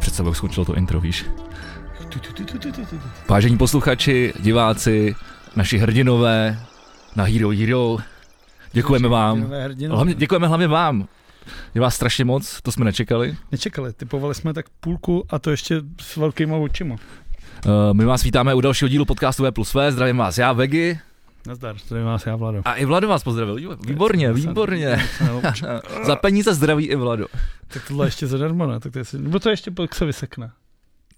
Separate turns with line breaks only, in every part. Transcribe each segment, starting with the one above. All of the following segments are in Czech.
srdce pak skočilo to intro, víš. Vážení posluchači, diváci, naši hrdinové na Hero Hero, děkujeme vám.
Hrdinové, hrdinové.
Hlavně, děkujeme hlavně vám. Je vás strašně moc, to jsme nečekali.
Nečekali, typovali jsme tak půlku a to ještě s velkýma očima.
Eh, My vás vítáme u dalšího dílu podcastu V plus V. Zdravím vás já, Vegi.
Nazdar, tady vás já, Vlado.
A i Vlado vás pozdravil. Jo, Výborně,
Jsem- jsem-
výborně.
jsem- jsem- jsem-
Za peníze zdraví i Vlado.
Tak tohle ještě zadarmo, ne? Tak to je, nebo to ještě pak se vysekne.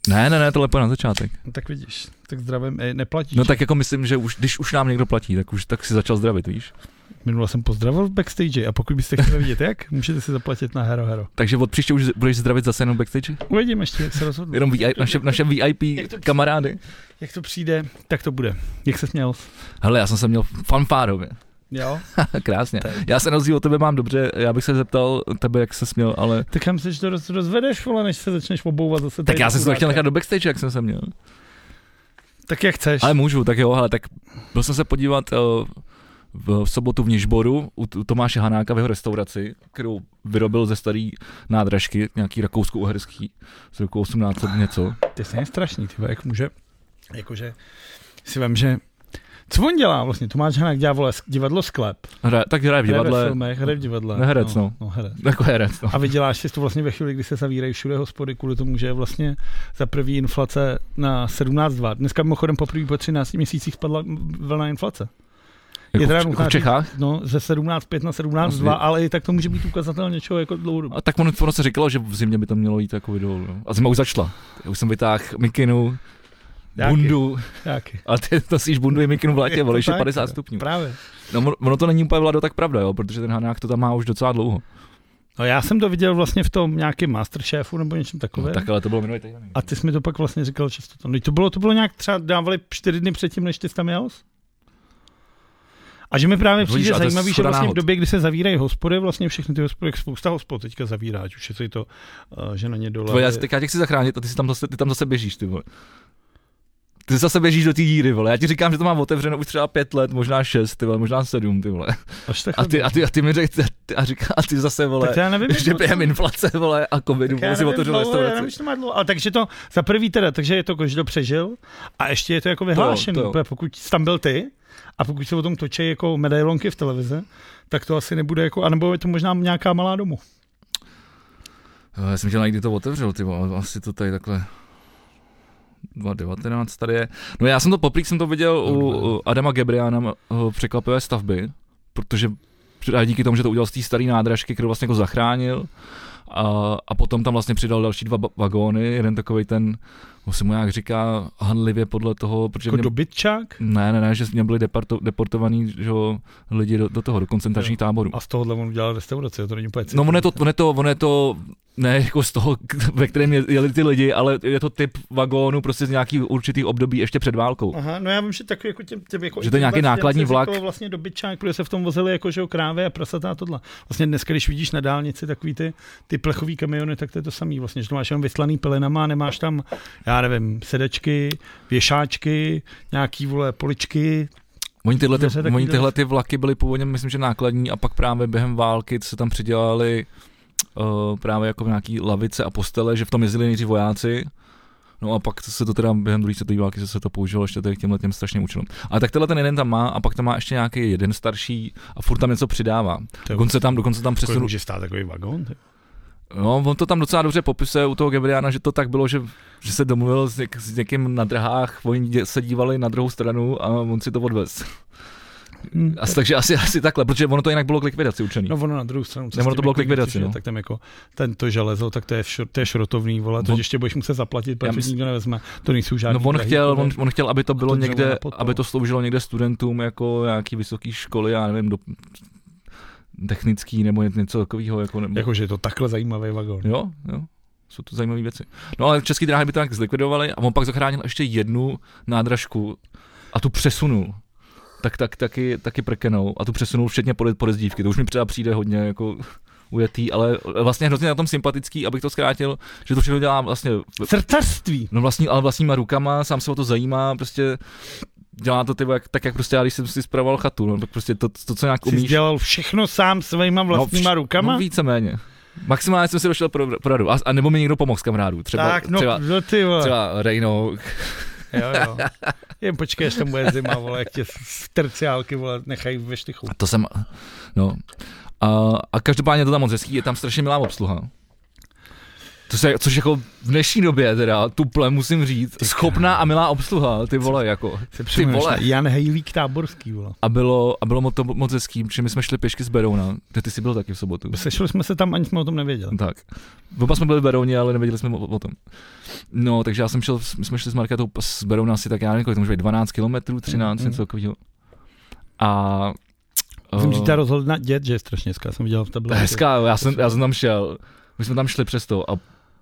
Ne, ne, ne, tohle je na začátek.
No, tak vidíš, tak zdravím, e, neplatíš.
No tak jako myslím, že už, když už nám někdo platí, tak už tak si začal zdravit, víš.
Minule jsem pozdravil v backstage a pokud byste chtěli vidět jak, můžete si zaplatit na Hero Hero.
Takže od příště už budeš zdravit zase jenom backstage?
Uvidíme ještě, jak se rozhodnu.
Jenom VI, naše, naše VIP
Jak to-
kamarády?
Jak to přijde, tak to bude. Jak se směl?
Hele, já jsem se měl fanfárově.
Jo?
Krásně. Já se na rozdíl od tebe mám dobře, já bych se zeptal tebe, jak se směl, ale...
Tak já myslím, že to roz, rozvedeš, vole, než se začneš obouvat zase.
Tak
tady
já jsem se to
kuráka.
chtěl nechat do backstage, jak jsem se měl.
Tak jak chceš.
Ale můžu, tak jo, hele, tak byl jsem se podívat eh, v v sobotu v Nižboru u T- u Tomáše Hanáka v jeho restauraci, kterou vyrobil ze starý nádražky, nějaký rakousko-uherský, z roku 18 něco.
Ty jsi strašný, ty vole, jak může, jakože si vím, že co on dělá vlastně? Tomáš Hanák dělá vole, divadlo sklep.
Hra, tak hraje v
Hraje ve
divadle,
filmech, hraje v divadle.
Ne, herec, no.
no herec.
jako herec, no.
A vyděláš si to vlastně ve chvíli, kdy se zavírají všude hospody kvůli tomu, že je vlastně za první inflace na 17,2. Dneska mimochodem poprvé po 13 měsících spadla vlna inflace.
Jako
teda
v, Č-
nutná
v Čechách.
No, ze 17,5 na 17,2,
Asi.
ale i tak to může být ukazatel něčeho jako dlouhodobě.
A tak ono, ono se říkalo, že v zimě by to mělo jít jako dolů. No. A zima už začala. Já už jsem vytáhl mikinu,
Jaký?
bundu,
Taky.
ale ty nosíš bundu i mikinu v létě,
Je to
vole, ještě
tak,
50
jo.
stupňů.
Právě.
No, ono- ono to není úplně vlado tak pravda, jo, protože ten hanák to tam má už docela dlouho.
No já jsem to viděl vlastně v tom nějakém Masterchefu nebo něčem
No,
takovém.
tak ale to bylo minulý týden.
A ty jsi mi to pak vlastně říkal často. To, no, to, bylo, to bylo nějak třeba dávali čtyři dny předtím, než ty jsi tam jel? A že mi právě
No Vidíš,
přijde
a to je
zajímavý, že
shoda
vlastně v
náhod.
době, kdy se zavírají hospody, vlastně všechny ty hospody, jak spousta hospod teďka zavírá, ať už je to, i to eh, že na ně dole.
Tvoje, já si- tak já tě chci zachránit a ty, si tam zase, ty tam zase běžíš, ty vole. Ty zase běžíš do té díry, vole. Já ti říkám, že to mám otevřeno už třeba pět let, možná šest, ty vole, možná sedm, ty vole.
Až tak,
A ty, a ty, a ty mi řekl, a, říká, a ty zase, vole,
tak já nevím,
že
jak to-
během inflace, vole, a covidu,
tak já
vole, si
nevím,
otevřel
dlouho, já nevím,
restauraci.
že to má dlouho. A takže to za prvý teda, takže je to, kdo přežil a ještě je to jako
to
vyhlášený,
jo.
protože pokud jsi tam byl ty a pokud se o tom točí jako medailonky v televize, tak to asi nebude jako, anebo je to možná nějaká malá domu.
Jo, Eh, Já jsem chtěl najít, kdy to otevřel, ty vole, asi to tady takhle 2019 tady je. No já jsem to poprý, jsem to viděl u, u Adama Gebriana m, eh, překvapivé stavby, protože a díky tomu, že to udělal z té staré nádražky, kterou vlastně jako zachránil a, a potom tam vlastně přidal další dva ba- vagóny, jeden takový ten, on se mu nějak říká hanlivě podle toho, protože
Jako
mě,
dobytčák?
ne, ne, ne, že mě byli deporto, deportovaní že jo, lidi do, do toho, do koncentračních táborů.
A z tohohle on udělal restauraci, jo, to není úplně
No, ono je to, ono je to, ono je to ne jako z toho, k- ve kterém je- jeli ty lidi, ale je to typ vagónu prostě z nějaký určitý období ještě před válkou.
Aha, no já vím, že takový jako těm, těm jako
Že to je nějaký
těm
nákladní
se
vlak.
říkalo vlastně dobytčák, protože se v tom vozili jako že jo, krávy a prasata a tohle. Vlastně dneska, když vidíš na dálnici takový ty, ty plechový kamiony, tak to je to samý vlastně, že to máš jenom vyslaný pelinama a nemáš tam, já nevím, sedečky, věšáčky, nějaký vole poličky.
Oni tyhle, ty,
Mně se taky
oni
to-
tyhle ty vlaky byly původně, myslím, že nákladní a pak právě během války se tam přidělali uh, právě jako nějaký lavice a postele, že v tom jezdili nejdřív vojáci. No a pak se to teda během druhé světové války se to použilo ještě tady k těmhle těm strašným účelům. Ale tak tenhle ten jeden tam má a pak tam má ještě nějaký jeden starší a furt tam něco přidává.
To Jako je
Dokonce tam, dokonce tam
kolik
přesunu,
může stát takový vagón. ty?
No, on to tam docela dobře popisuje u toho Gebriana, že to tak bylo, že, že se domluvil s, něk, s někým na drhách, oni dě, se dívali na druhou stranu a on si to odvez.
Hm.
Asi, takže asi, asi takhle, protože ono to jinak bylo k likvidaci učený.
No ono na druhou stranu. co
Nebo
s tím
to bylo
jako
k likvidaci,
vyřešit,
no.
Tak tam jako tento železo, tak to je, šro, to je šrotovný, vole, to
On-
ještě budeš muset zaplatit,
Já
protože
myslím-
nikdo nevezme. To nejsou žádný.
no on
drahý
chtěl,
kovy.
on, on, chtěl, aby to bylo
to dřevo
někde,
na podporu.
aby to sloužilo někde studentům jako nějaký vysoké školy, já nevím, do, technický nebo ně- něco takového. Jako, nebo,
Jakože je to takhle zajímavý vagón.
Jo, jo. Jsou to zajímavé věci. No ale český dráhy by to tak zlikvidovali a on pak zachránil ještě jednu nádražku a tu přesunul. Tak, tak, taky, taky prkenou a tu přesunul včetně pod, podezdívky. To už mi třeba přijde hodně jako ujetý, ale vlastně hrozně na tom sympatický, abych to zkrátil, že to všechno dělá vlastně,
Srdcařství.
no vlastní, ale vlastníma rukama, sám se o to zajímá, prostě dělá to ty, vole, jak, tak jak prostě já, když jsem si spravoval chatu, no, tak prostě to, to co nějak
Jsi
umíš,
dělal všechno sám svýma vlastníma
no,
rukama?
No víceméně. Maximálně jsem si došel pro, poradu. A, a, nebo mi někdo pomohl z kamarádů. Třeba,
tak, no,
třeba,
no ty vole.
třeba Rejno.
Jo, jo. Jen počkej, až tam bude zima, vole, jak tě z terciálky, vole, nechají ve štychu.
A to jsem, no. A, a každopádně je to tam moc hezký, je tam strašně milá obsluha. To se, což jako v dnešní době teda, tuple musím říct, schopná a milá obsluha, ty vole, jako, ty vole.
Jan Hejlík Táborský, vole.
A bylo, a bylo mo- to moc hezký, protože my jsme šli pěšky z Berouna, kde ty jsi byl taky v sobotu.
Sešli jsme se tam, ani jsme o tom nevěděli.
Tak. Oba jsme byli v Berouně, ale nevěděli jsme o, o tom. No, takže já jsem šel, my jsme šli s Marketou z Berouna asi tak, já nevím, kolik to může být 12 kilometrů, 13,
Mm,
něco takového. A...
Jsem
eh,
říká rozhodná dět, že je strašně hezká, jsem viděl v
to
tabletu.
je Hezká, já jsem, já jsem tam šel. My jsme tam šli přes to a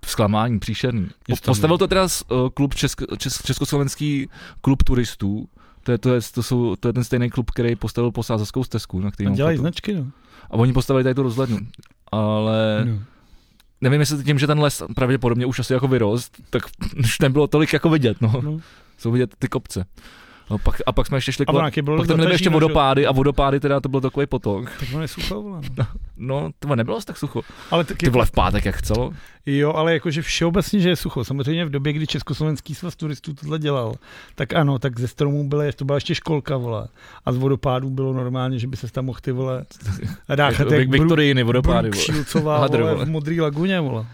zklamání příšerný. Po,
Jestli tam
postavil
je.
to teda s, eh, klub Česk, Čes, Československý klub turistů. To je, to, je, to, jsou, to je ten stejný klub, který postavil posázovskou stezku, na který
A
mám
dělají
foto.
značky, no.
A oni postavili tady tu rozhlednu. Ale
no.
nevím, jestli tím, že ten les pravděpodobně už asi jako vyrost, tak už nebylo tolik jako vidět, no.
no.
Jsou vidět ty kopce. No, pak, a pak jsme ještě šli
A
kolem,
onáky bylo
pak tam byly ještě
dotaží, no, že-
vodopády a vodopády teda to byl takový potok.
Tak ono je sucho, vole, no.
No, to nebylo asi tak sucho.
Ale taky,
Ty vole v pátek jak chcelo.
Jo, ale jakože všeobecně, že je sucho. Samozřejmě v době, kdy Československý svaz turistů tohle dělal, tak ano, tak ze stromů byly, to byla ještě školka, vole. A z vodopádů bylo normálně, že by se tam mohl ty, vole, dáchat jak
Vik-
Brooke,
Viktorii vodopády.
Brooke
vole.
Shieldsová,
Hadr,
vole,
vole.
v modrý laguně, vole.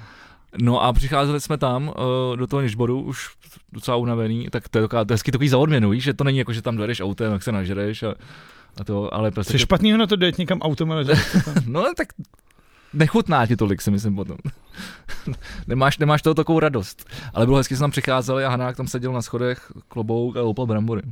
No a přicházeli jsme tam uh, do toho Nižboru, už docela unavený, tak to je taková, to je hezky takový za odměnu, víš, že to není jako, že tam dojedeš autem, jak se nažereš a, a to, ale prostě...
Co je špatného na to dojet někam autem, ale že-
No tak nechutná ti tolik, si myslím potom. nemáš, nemáš toho takovou radost. Ale bylo hezky, že jsme tam přicházeli a Hanák tam seděl na schodech klobouk a loupal brambory.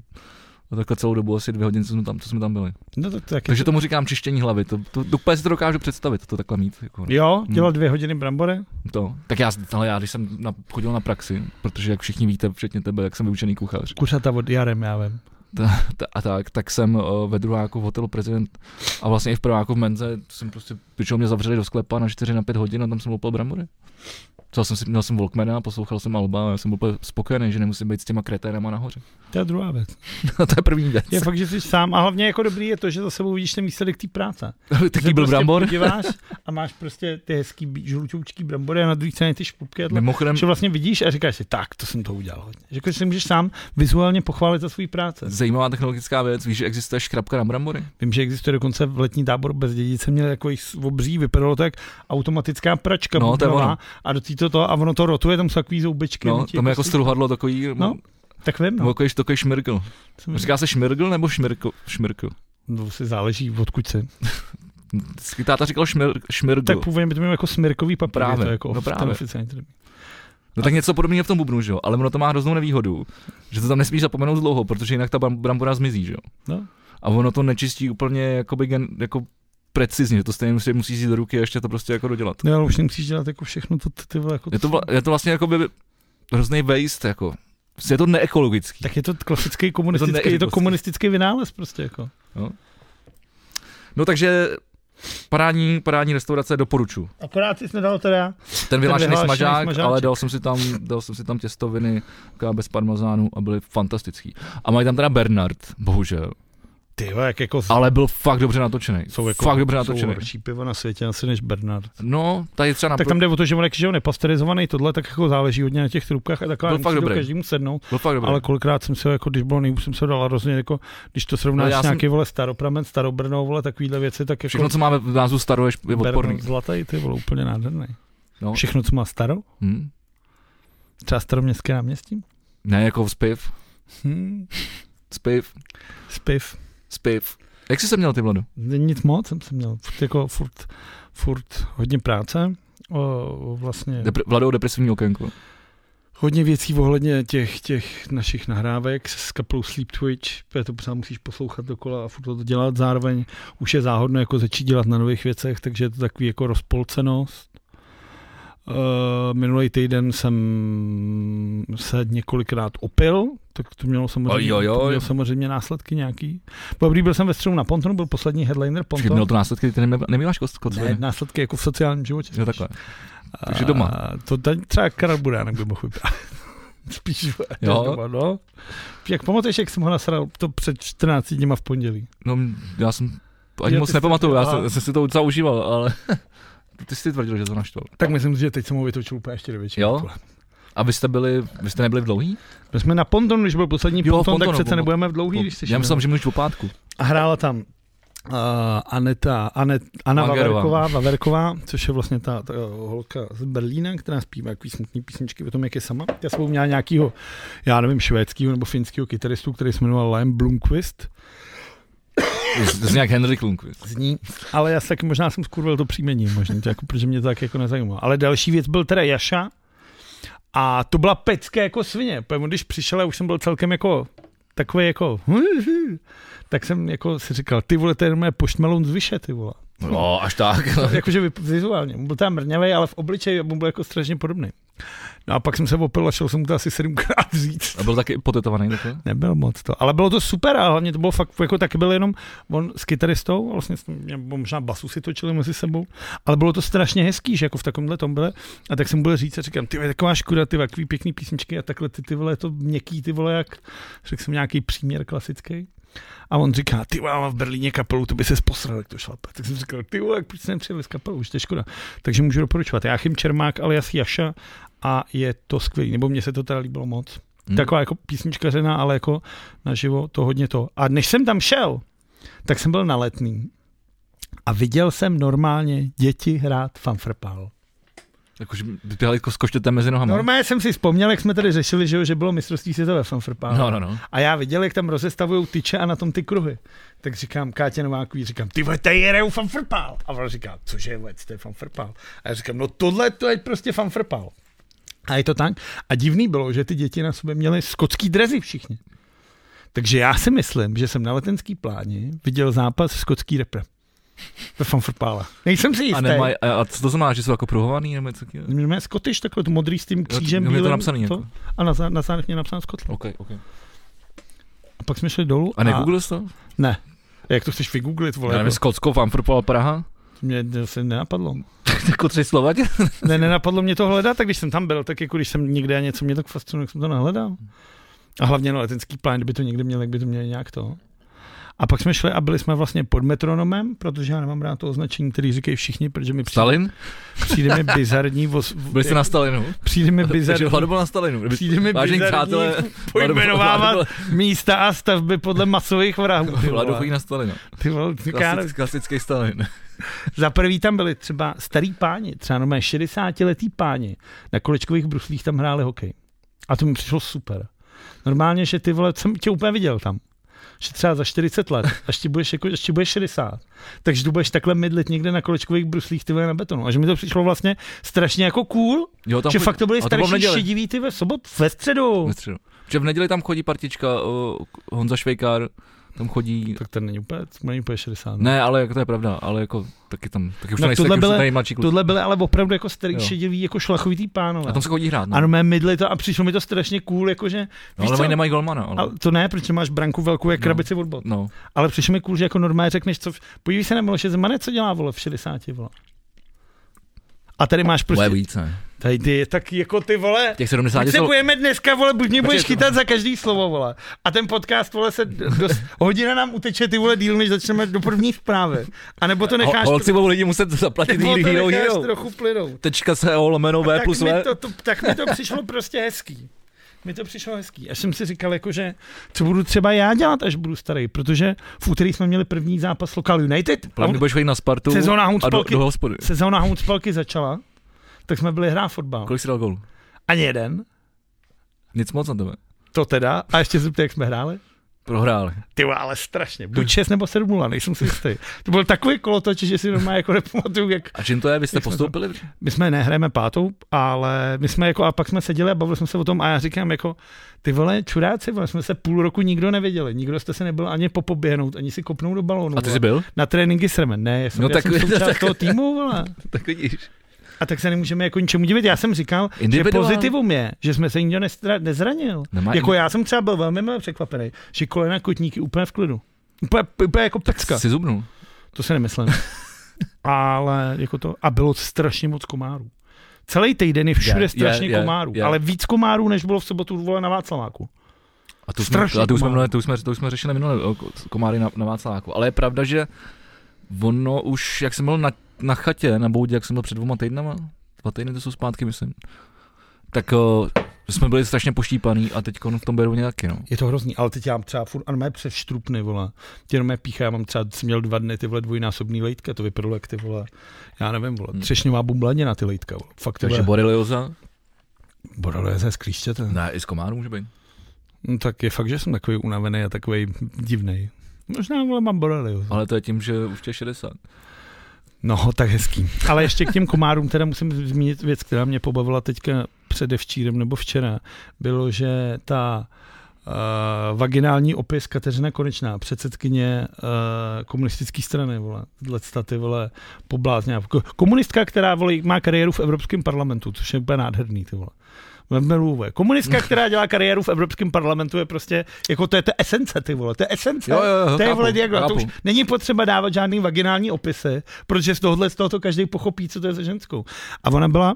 A takhle celou dobu asi dvě hodiny, co jsme tam, co jsme tam byli.
no to, to taky.
Takže tomu říkám čištění hlavy. To, to, to úplně si to dokážu představit, to takhle mít. Jako,
Jo, dělat dvě hodiny brambore.
to. Tak já, ale já když jsem na, chodil na praxi, protože jak všichni víte, včetně tebe, jak jsem vyučený kuchař
Kuřata od jarem, já vím.
t- a tak, tak jsem eh, ve druháku v hotelu prezident a vlastně i v prváku v Menze jsem prostě, když mě zavřeli do sklepa na 4 na 5 hodin a tam jsem loupal brambory. Co jsem si, měl jsem Walkmana, poslouchal jsem Alba a já jsem byl úplně spokojený, že nemusím být s těma kreténama nahoře.
To je druhá věc.
No to je první věc.
Je fakt, že jsi sám a hlavně jako dobrý je to, že za sebou vidíš ten výsledek té práce.
Taky byl
prostě
brambor.
podíváš a máš prostě ty hezký bí- žlutoučký brambory a na druhé straně ty špupky a tla,
Mimochodem,
že vlastně vidíš a říkáš si, tak, to jsem to udělal hodně. Že jako, že si můžeš sám vizuálně pochválit za svůj práce.
zajímavá technologická věc, víš, že existuje škrabka na brambory?
Vím, že existuje dokonce v letní tábor bez dědice, měl takový s- obří, vypadalo to jak automatická pračka
No, to je
bubnová
ono.
a do této to a ono to rotuje, tam jsou takový zoubečky.
No,
oni ti
tam je jako
si-
struhadlo takový,
No,
no,
Tak vím,
no.
no. Hmm.
takový, takový šmirgl.
Co mi-
Říká se šmirgl nebo šmirkl? Šmirkl.
no si záleží, odkud se.
Vždycky Táta říkal šmir, šmirgl.
Tak původně by to mělo jako smirkový papír,
No. Právě,
je to jako
no
of- ten
právě.
oficiální termín.
No tak něco podobného je v tom bubnu, že jo? Ale ono to má hroznou nevýhodu, že to tam nesmíš zapomenout dlouho, protože jinak ta bram- brambora zmizí, že jo?
No.
A ono to nečistí úplně jakoby gen, jako precizně, že to stejně musí, musí jít do ruky a ještě to prostě jako dodělat.
No, ale už nemusíš dělat jako všechno to ty, ty vole, jako
Je to, vla- je to vlastně jako by hrozný waste, jako. Prostě Je to neekologický.
Tak je to klasický komunistický,
ne-
je to
prostě.
komunistický vynález prostě jako.
No takže parádní, parádní restaurace doporučuju.
Akorát jsi nedal teda,
Ten vyhlášený
vyhlášený
smažák,
smažáček.
ale dal jsem si tam, dal jsem si tam těstoviny taková bez parmazánu a byly fantastický. A mají tam teda Bernard, bohužel.
ty vole, jak jako,
Ale byl fakt dobře natočený.
jsou jako
fakt dobře
jsou
natočený.
horší pivo na světě asi než Bernard.
No, tady třeba na
tak tam jde o to, že on jakže nepasterizovaný tohle, tak jako záleží hodně na těch trubkách a
Byl
takhle
fakt
musí to
dobrý.
každému sednout.
byl fakt dobrý.
Ale kolikrát jsem se ho, jako, když bylo nejvíc, jsem se ho dal a rozhodně, jako, když to srovnáš
No, já
no, s nějaký
jsem-
vole staropramen, starobrnou, vole, takovýhle věci, tak jako
Všechno, co máme v názvu staro, je, je
Bernard
odporný.
zlatý, ty vole, úplně nádherný.
No.
Všechno, co má staro,
Hm?
třeba staroměstské náměstí,
Ne, jako spiv,
hm,
spiv,
spiv,
spiv. Jak jsi se měl ty, Vlado?
Nic moc jsem se měl. Furt, jako, furt, furt hodně práce. O, vlastně
Depre- Vlado, depresivní okénko.
hodně věcí ohledně těch, těch našich nahrávek s kapelou Sleep Twitch, protože to pořád musíš poslouchat dokola a furt to dělat. Zároveň už je záhodno jako začít dělat na nových věcech, takže je to takový jako rozpolcenost. Uh, minulý týden jsem se několikrát opil, tak to mělo samozřejmě,
Oj, oj,
To
oj.
mělo samozřejmě následky nějaký. Dobrý, byl jsem ve středu na Pontonu, byl poslední headliner
Počkej,
Pontonu.
měl to následky, ty nemi- nemýváš kost, kost
Ne, následky jako v sociálním životě.
Jo, takhle.
A
takže doma.
To tady třeba Karel Buránek by mohl vyprávět. Spíš
Jo.
jo. doma, no. Jak pamatuješ, jak jsem ho nasral to před 14 dníma v pondělí?
No, já jsem to ani
Jo,
moc
ty jsi-
nepamatuju, já jsem,
aha.
jsem si to docela užíval, ale ty jsi tvrdil, že to naštval.
Tak myslím si, že teď jsem mu vytočil úplně ještě do většiny.
Jo? A vy jste byli, vy jste nebyli v dlouhý?
My jsme na Ponton, když byl poslední
Jo,
jo, ponton,
Pontonu,
tak přece
po-
nebudeme v dlouhý,
Po-
když jsi
Já myslím, že mluvíš o pátku.
A hrála tam uh, Aneta, Anet, Anna
Magerová.
Vaverková, Vaverková, což je vlastně ta, ta holka z Berlína, která zpívá takový smutný písničky o tom, jak je sama. Já jsem měla nějakýho, já nevím, švédského nebo finského kytaristu, který se jmenoval Liam Blomqvist.
To je nějak Henrik Lundqvist.
Z ní. Ale já se taky možná jsem skurvil to příjmení, možná, to jako, protože mě to tak jako nezajímalo. Ale další věc byl teda Jaša. A to byla pecké jako svině. Protože Když přišel, já už jsem byl celkem jako takový jako tak jsem jako si říkal, ty vole, to je jenom poštmelon z vyše, ty vole.
No, až tak.
Jakože vy- vizuálně. On byl tam mrňavý, ale v obličeji mu byl jako strašně podobný. No a pak jsem se opil a šel jsem mu to asi sedmkrát říct.
A byl taky potetovaný takhle?
Nebyl moc to, ale bylo to super a hlavně to bylo fakt, jako taky byl jenom on s kytaristou, a vlastně s- nebo možná basu si točili mezi sebou, ale bylo to strašně hezký, že jako v takomhle tom byli a tak jsem byl říct a říkám, ty vole, taková škoda, ty vole, jaký pěkný písničky a takhle ty, ty vole, to měkký, ty vole, jak, řekl jsem nějaký příměr klasický. A on říká, ty vole, já mám v Berlíně kapelu, to by se posral, jak to šlape. Tak jsem říkal, ty vole, jak proč jsem přijel s kapelou, už to je škoda. Takže můžu doporučovat. Jáchym Čermák alias Jaša a je to skvělý, nebo mně se to teda líbilo moc
Hm.
taková jako písničkařená, ale jako naživo to hodně to. A než jsem tam šel, tak jsem byl na letný a viděl jsem normálně děti hrát fanfrpál.
Jakože vypěhali jako s koštětem mezi nohama.
Normálně jsem si vzpomněl, jak jsme tady řešili, že, jo, že bylo mistrovství světa ve fanfrpálu.
No, no, no.
A já viděl, jak tam rozestavují tyče a na tom ty kruhy. Tak říkám Kátě Novákový, říkám, ty vole, tady je fanfrpál. A ona říká, cože je vec, to je fanfrpál. A já říkám, no tohle to je prostě fanfrpál. A je to tak. A divný bylo, že ty děti na sobě měly skotský drezy všichni. Takže já si myslím, že jsem na letenský pláni viděl zápas skotský repre. Ve fanfrpále. Nejsem si jistý.
A, nemaj, a, a, co to znamená, že jsou jako pruhovaný nebo něco takového?
Jmenujeme Scottish, takhle to modrý s tím křížem.
jo, je to
bílým,
napsaný jako.
A na, zá- na zádech mě napsáno Scotland.
OK, OK.
A pak jsme šli dolů.
A negooglil jsi to?
Ne. Jak to chceš vygooglit,
Já
vole? jako-
nevím, Skotsko, Fanfrpal, Praha?
Mě to se nenapadlo.
jako tři slova tě?
Ne, nenapadlo mě to hledat, tak když jsem tam byl, tak jako když jsem někde něco mě tak fascinuje, jak jsem to nahledal. A hlavně na letenský plán, kdyby to někde měl, jak by to měli nějak to. A pak jsme šli a byli jsme vlastně pod metronomem, protože já nemám rád to označení, který říkají všichni, protože mi přijde,
Stalin?
přijde mi bizarní, voz,
Byli jste na Stalinu?
přijde mi
Takže
bizarní,
Vlado byl na Stalinu. Kdyby-
přijde mi
Vážení
bizarní
přátelé, Vlado- Vlado-
pojmenovávat místa a stavby podle masových vrahů. ty
Vlado
vole.
chodí na Stalina.
Ty vole, já nevím.
Klasický, klasický Stalin.
Za prvý tam byli třeba starý páni, třeba no 60 letý páni. Na kolečkových bruslích tam hráli hokej. A to mi přišlo super. Normálně, že ty vole, jsem tě úplně viděl tam. Že třeba za 40 let, až ti budeš, jako, až ti budeš 60, takže tu budeš takhle mydlit někde na kolečkových bruslích ty vole na betonu. A že mi to přišlo vlastně strašně jako cool,
Jo,
tam že
chodí-
fakt to byly
ale bylo v
starší
neděli.
šedivý ty ve sobot, ve středu.
Ve středu. Protože v neděli tam chodí partička o, Honza Švejkár, tam chodí...
Tak ten není úplně, není úplně no. 60. Ne.
Ne, ale jako to je pravda, ale jako taky tam, taky už
No,
no, nejste,
tohle
taky už
byly-
jsou tady mladší kluci.
Tohle byly ale opravdu jako starý
Jo.
šedivý, jako šlachovitý pánové.
A tam se chodí hrát, no.
Ano, mé mydly to a přišlo mi to strašně cool, jakože,
no
víš
ale
co?
oni nemají golmana, ale...
Ale to ne, protože máš branku velkou jak
No.
krabici od bot.
No,
Ale přišlo mi cool, že jako normálně řekneš, co, v- podívej se na Miloše Zemane, co dělá, vole, v 60, vole. A tady máš
prostě...
prostě,
víc, ne?
tady ty je tak jako ty vole,
Těch 70
my se
jsou...
budeme dneska, vole, buď mě
Počkej,
budeš
to-
chytat za každý slovo, vole. A ten podcast, vole, se dost, hodina nám uteče, ty vole, díl, než začneme do první zprávy. A nebo to necháš,
Ho, holci budou lidi muset zaplatit
nebo
Hero
to
Hero
necháš
Hero.
trochu plynout.
Tečka se o lomeno V
tak
plus
mi
V.
to, to, tak mi to přišlo prostě hezký. Mi to přišlo hezký. Až jsem si říkal, jako, že co budu třeba já dělat, až budu starý, protože v úterý jsme měli první zápas Local United. A
Hlavně
on,
budeš chodit na Spartu
Sezóna
a do,
Huncpalky,
do hospody.
sezóna Huncpalky začala, tak jsme byli hrát fotbal.
Kolik jsi dal gólů?
Ani jeden,
Nic moc na tebe.
to teda. A ještě se ptej, jak jsme hráli.
Prohráli.
Ty vole, ale strašně. Buď 6 nebo 7 0, nejsem si jistý. To byl takový kolotoč, že si normálně jako nepamatuju, jak,
A čím to je? Vy jste
Jak jsme to-
postoupili?
my jsme nehrajeme pátou, ale my jsme jako, a pak jsme seděli a bavili jsme se o tom a já říkám jako, ty vole čuráci, vole, jsme se půl roku nikdo neviděli, nikdo jste se nebyl ani popoběhnout, ani si kopnout do balónu.
A ty
vole.
jsi byl?
Na tréninky s Remen, ne, já jsem,
No
no,
tak-
tak, já jsem součást
tak-
toho týmu, vole.
Tak vidíš.
A tak se nemůžeme jako ničemu divit. Já jsem říkal, že
Individuál.
pozitivum je, že jsme se nikdo nestra- nezranil.
Nemá
jako já jsem třeba byl velmi milé překvapený, že kolena kotníky úplně v klidu. Úplně, úplně jako pecka.
Jsi zubnul.
To se nemyslím. ale jako to, a bylo strašně moc komárů. Celý týden je všude
Je,
yeah, strašně
je, je,
komárů,
je.
ale víc komárů, než bylo v sobotu vole na Václaváku.
A to jsme,
Strašně no.
a to už jsme,
komárů.
minule, to už jsme, to už jsme řešili minule o ko- komáry na, na Václaváku. Ale je pravda, že Ono už, jak jsem byl na, na chatě, na boudě, jak jsem byl před dvěma týdnama, dva týdny to jsou zpátky, myslím, tak uh, jsme byli strašně poštípaný a teď v tom Berouně taky, no.
Je to hrozný, ale teď já mám třeba furt, ano, mé přes štrupny, vole. Tě mé pícha, já mám třeba, jsem měl dva dny, ty vole, dvojnásobný lejtka, to vypadalo jak ty vole, já nevím, vole, třešňová bumblaně na ty lejtka, vole. Fakt,
Takže
vole,
borelioza,
borelioza je sklíštěte.
ne, i z komáru může být.
No, tak je fakt, že jsem takový unavený a takový divný. Možná, vole, mám boreliozu.
Ale to je tím, že už tě je 60.
No, tak hezký. Ale ještě k těm komárům teda musím zmínit věc, která mě pobavila teďka předevčírem nebo včera. Bylo, že ta uh, vaginální opis Kateřina Konečná, předsedkyně uh, komunistické strany, vole, tyhle ty vole, poblázně. Komunistka, která vole, má kariéru v Evropském parlamentu, což je úplně nádherný, ty vole. Vemelu, vole. Komunistka, která dělá kariéru v Evropském parlamentu, je prostě, jako to je ta esence, ty vole, to je esence.
Jo, jo, jo,
to je, vole,
No, chápu,
diagram, to už
chápu.
není potřeba dávat žádný vaginální opisy, protože z tohohle z tohoto každý pochopí, co to je za ženskou. A ona byla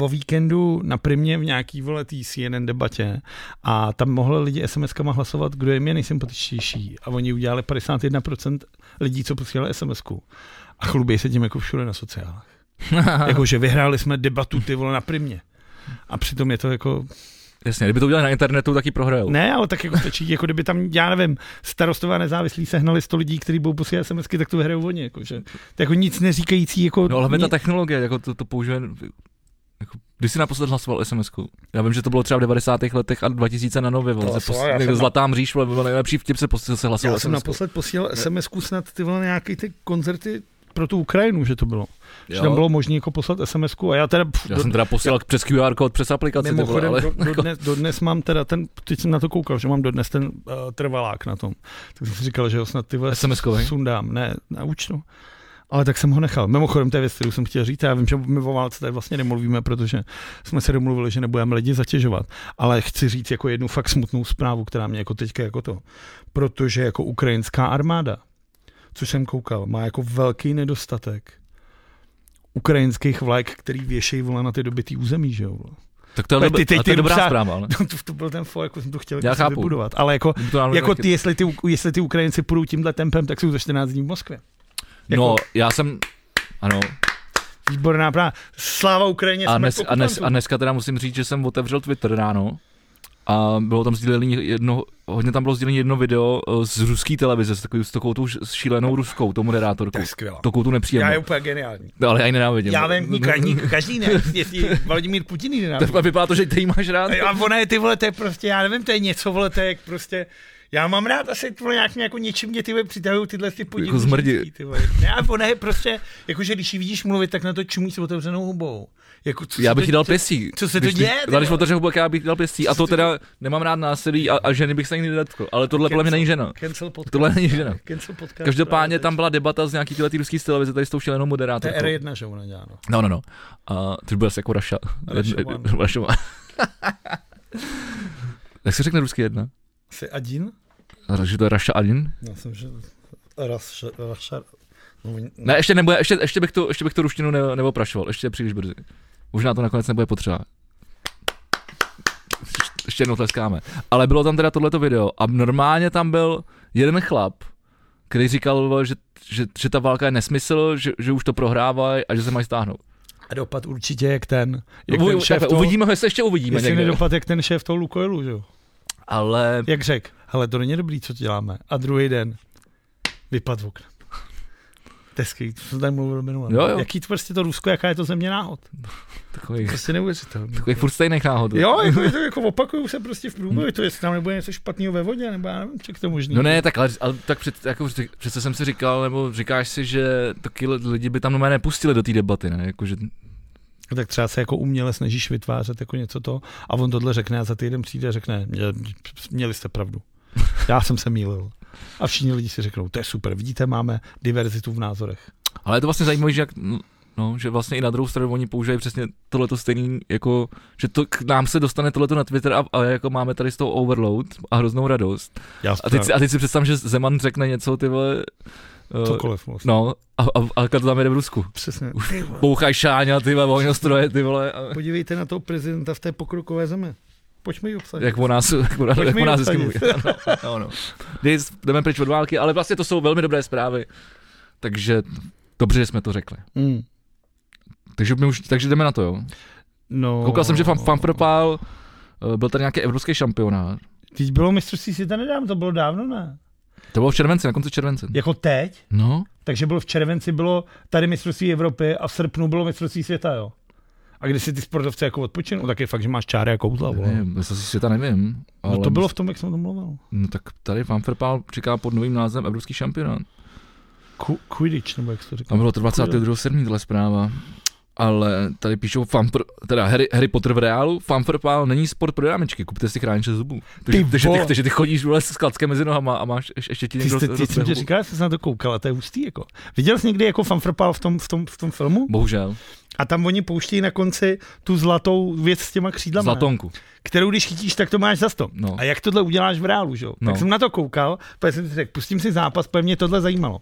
o víkendu na primě v nějaký vole tý CNN debatě a tam mohli lidi SMS-kama hlasovat, kdo jim je nejsympatičtější a oni udělali 51% lidí, co posílali SMS-ku a chlubí se tím jako všude na sociálech. jako, že vyhráli jsme debatu ty vole na primě. A přitom je to jako,
Jasně, kdyby to udělal na internetu, tak ji prohrajou.
ne, ale tak jako stačí, jako kdyby tam, já nevím, starostové a nezávislí sehnali 100 lidí, kteří budou posílat SMSky, tak to vyhrajou oni, jako, že, to jako nic neříkající, jako,
No ale my
ni-
ta technologie, jako to, to použije, jako, když jsi naposled hlasoval sms -ku? Já vím, že to bylo třeba v 90. letech a 2000 na nově,
To
vole, se
jo, já
pos-
jsem
jako
na-
zlatá mříž, vole, byl nejlepší vtip, se, pos- se
já
hlasoval
jsem
SMS-ku.
naposled posílal sms snad ty vole nějaký ty koncerty pro tu Ukrajinu, že to bylo. Že
Jo.
tam bylo možné jako poslat sms a já teda pff,
Já jsem teda posílal přes QR kód, přes aplikaci, ty vole,
Mimochodem,
ale
do, dodnes, dodnes mám teda ten, teď jsem na to koukal, že mám dodnes ten uh, trvalák na tom. Tak jsem si říkal, že ho snad ty vole
SMS-kovej?
sundám, ne, na účtu. Ale tak jsem ho nechal. Mimochodem, to je věc, kterou jsem chtěl říct. Já vím, že my o válce tady vlastně nemluvíme, protože jsme se domluvili, že nebudeme lidi zatěžovat. Ale chci říct jako jednu fakt smutnou zprávu, která mě jako teďka jako to. Protože jako ukrajinská armáda, což jsem koukal, má jako velký nedostatek ukrajinských vlajek, který věšejí vole na ty dobytý území, že jo? Vole.
tak to je,
Ale
dobrá-
ty- ty-
ale to je
ty
dobrá
psa-
zpráva, ale.
No, to, to byl ten fo, jako jsem to chtěl
Já
jako si
chápu.
vybudovat. Ale jako,
Kdyby to nám
jako
taky-
ty, jestli ty, jestli ty Ukrajinci půjdou tímhle tempem, tak jsou za 14 dní v Moskvě. Jako,
No, já jsem, ano,
Výborná práva. Sláva Ukrajině,
a,
jsme
dnes, a, dnes, a dneska teda musím říct, že jsem otevřel Twitter ráno a bylo tam sdílení jedno, hodně tam bylo sdílení jedno video eh, z ruské televize s takovou, s takovou tou š- šílenou ruskou, tou moderátorkou.
To je skvělá.
Takovou tu
Já je
nepříjemnou.
úplně geniální.
No, ale já ji nenávidím.
Já vím, ní každý, každý ne, jestli Vladimír Putin ji
no,
nenávidí.
To vypadá to, že ty jí máš rád.
A ona je ty vole, to je prostě, já nevím, to je něco vole, to je jak prostě, já mám rád asi ty vole, nějak mě jako něčím mě ty vole přitahují tyhle ty podivní
Jako zmrdi.
ženský, ty vole. Ne, a ona je prostě, jakože když ji vidíš mluvit, tak na to čumí s otevřenou hubou. Jako, co
Já
se
bych
to-
jí dal pěstí.
co se to
Když-
děje, ty
Když, když
vole?
otevřel hubák, já bych jí dal pěstí. A to teda nemám rád násilí a, a ženy bych se nikdy nedotkl. Ale tohle podle mě není žena.
Cancel podcast.
Tohle není žena.
Cancel podcast.
Každopádně tam byla debata z nějaký tyhle ruský televize, tady s tou šílenou
To je
moderátorkou.
R1, že ona dělá, no.
No, no, no. A ty byl jsi jako Raša.
Russia one.
Raša. Jak se řekne rusky jedna?
Jsi Adin?
A Že to je Raša Alin?
Já jsem, že... Raz, raz, no,
Ne, ještě, nebude, ještě, ještě, bych, to, ještě bych to ruštinu ne, neoprašoval, ještě je příliš brzy. Možná to nakonec nebude potřeba. Ještě jednou tleskáme. Ale bylo tam teda tohleto video a normálně tam byl jeden chlap, který říkal, vole, že, že, že ta válka je nesmysl, že, že už to prohrávají a že se mají stáhnout.
A dopad určitě jak ten, jak
Uvi,
ten šéf
takhle,
toho,
uvidíme ho, jestli ještě uvidíme
jestli
někde.
nedopad jak ten šéf toho Lukoilu, že jo.
Ale
Jak řekl, hele, to není dobrý, co děláme. A druhý den, vypad v okna. Tesky, co jsem tady mluvil minule.
Jo, jo.
Jaký to prostě to Rusko, jaká je to země náhod.
takový,
Prostě neuvěřitelný.
takový furt stejných náhod.
Jo, jako, je to, jako opakuju se prostě v průběhu, to jestli tam nebude něco špatného ve vodě, nebo já nevím, jak to je možný.
No ne, tak, ale, ale tak před, jako, řek- přece jsem si říkal, nebo říkáš si, že taky lidi by tam normálně nepustili do té debaty, ne? Jako, že,
Tak třeba se jako uměle snažíš vytvářet jako něco to a on tohle řekne a za týden přijde a řekne, "Mě- měli jste pravdu. Já jsem se mýlil. A všichni lidi si řeknou, to je super, vidíte, máme diverzitu v názorech.
ale je to vlastně zajímavé, že, jak, no, že vlastně i na druhou stranu oni používají přesně tohleto stejný, jako, že to k nám se dostane tohleto na Twitter a, a jako máme tady z toho overload a hroznou radost.
Já
A teď, si- a teď si představ, že Zeman řekne něco, ty vole, eh,
cokoliv moc. No.
no, a, a, a to tam jede v Rusku.
Přesně.
Bouchaj šáňa, ty vole, ohňostroje, ty vole, a,
Podívejte na toho prezidenta v té pokrokové zemi. Pojďme ji obsadit.
Jak o nás, jak o, jak
mi
o nás
obsadit.
hezky mluví. Ano, ano. Jdej, jdeme pryč od války, ale vlastně to jsou velmi dobré zprávy. Takže dobře, že jsme to řekli.
Mm.
Takže, my už, takže jdeme na to, jo.
No,
Koukal jsem, že fan, fanfropál, eh, byl tady nějaký evropský šampionát.
Teď bylo mistrovství světa nedávno, to bylo dávno, ne?
To bylo v červenci, na konci července.
Jako teď?
No,
Takže bylo v červenci bylo tady mistrovství Evropy a v srpnu bylo mistrovství světa, jo. A když si ty sportovce jako odpočinou, tak je fakt, že máš čáry a kouzla, vole.
nevím, jestli si světa nevím. Ale
No to bylo v tom, jak jsem to mluvil.
No tak tady fanfropál čeká pod novým názvem Evropský šampionát.
Ku- Quidditch, nebo jak jsi to říkal.
Tam bylo to 22.7. tahle zpráva. Ale tady píšou fanfr, teda Harry, Harry Potter v reálu, fanfrpál není sport pro dámečky, kupte si chrániče zubů. Takže,
Ty
takže,
vole.
ty, takže ty chodíš vole s klackem mezi nohama a máš ješ- ještě ti
Ty
někdo
jsi, ty,
roztrhne
jsem tě
hubu.
říkal, že jsi na to koukal, a to je hustý, jako. Viděl jsi někdy jako fanfrpal v tom, v tom, v tom filmu?
Bohužel,
A tam oni pouštějí na konci tu zlatou věc s těma křídlama,
zlatonku.
kterou když chytíš, tak to máš za sto.
No.
A jak tohle uděláš v reálu, že? jo?
No.
Tak jsem na to koukal, protože jsem si řekl, pustím si zápas, protože mě tohle zajímalo.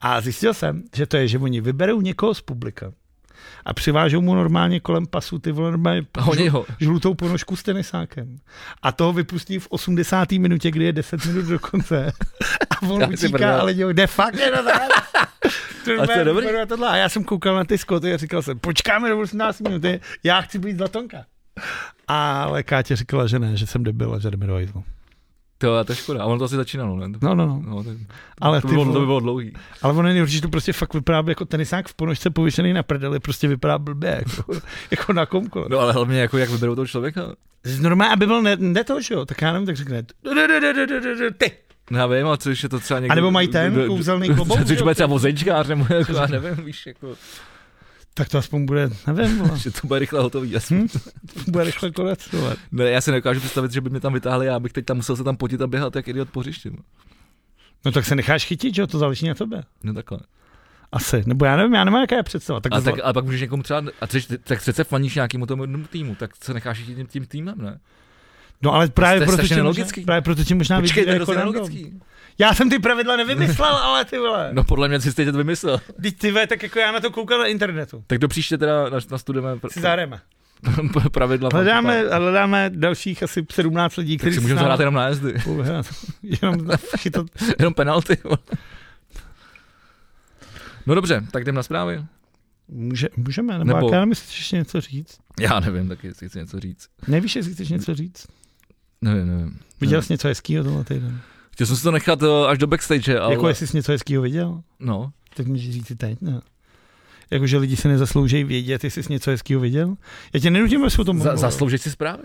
A zjistil jsem, že to je, že oni vyberou někoho z publika a přivážou mu normálně kolem pasu ty vole normálně
A honí ho.
žlutou ponožku s tenisákem. A toho vypustí v 80. minutě, kdy je 10 minut do konce. A
Já
on
si
utíká,
prdel.
ale dělá, ne, fakt je to tak. To
A to je dobrý.
vypadá Tohle. A já jsem koukal na ty skoty a říkal jsem, počkáme do 18 minut, je- já chci být zlatonka. Ale Kátě říkala, že ne, že jsem debil a že jdeme do hajzlu.
To, to je škoda, a ono to asi začínalo, ne?
No, no, no.
No, tak,
Ale,
to, by
ty,
bylo, to by
vole,
bylo dlouhý.
ale ono je nejhorší, že to prostě fakt vypadá jako tenisák v ponožce pověšený na prdeli, prostě vypadá blbě, jako, jako na komkoliv.
No ale hlavně jako jak vyberou toho člověka.
Normálně, aby byl ne, ne to, že jo, tak já nevím, tak řekne, ty,
No, Já vím, a co ještě to třeba někdo...
A nebo mají ten kouzelný klobouk,
Což
že
bude
jo?
třeba vozenčkář, nebo jako, já nevím, víš, jako,
tak to aspoň bude, nevím, vole,
že to bude rychle hotový. Jasně.
Hm? bude rychle konec, vole.
Ne, já se nedokážu představit, že by mě tam vytáhli, já bych teď tam musel se tam potit a běhat jak idiot po hřišti. no.
No tak se necháš chytit, že jo, to záleží na tobě.
No takhle.
Asi, nebo já nevím, já nemám jaká je představa. Tak,
A,
tak
tak, a pak můžeš někomu třeba, a tři, tak přece faníš nějakému tomu jednomu týmu, tak se necháš jít tím, tím týmem, ne?
no ale právě
to je
proto,
strašně
ti možná,
nelogický.
právě proto ti možná
Počkej, to
vidí
je
jako
hrozně
random.
nelogický.
Já jsem ty pravidla nevymyslel, ale ty vole. No.
No podle mě jsi teď to vymyslel.
Teď ty vole, tak jako já na to koukal na internetu.
Tak do příště teda na- nastudujeme pr-
Si zahrajeme.
pr- pravidla.
Hledáme,
fanfare.
hledáme dalších asi 17 lidí,
tak
kteří
si můžeme zahrát jenom nájezdy,
hrát. Jenom chytat.
jenom penalty. vole. No dobře, tak jdem na zprávy.
Může, můžeme, nebo,
Nebo-
nebo... já nevím, jestli chceš ještě něco říct.
Já nevím, taky jestli chci něco říct.
Nevíš, jestli chceš něco říct?
Nevím, nevím.
Viděl jsi něco hezkého tohle týden?
Chtěl jsem si to nechat eh, až do backstage, ale...
Ale... Jako jestli jsi něco hezkého viděl?
No,
Tak můžeš říct i teď, ne? Jako, že lidi se nezasloužejí vědět, jestli jsi něco hezkého viděl. Já tě nenutím, aby jsi o tom
za,
mluvil.
zasloužit si zprávy.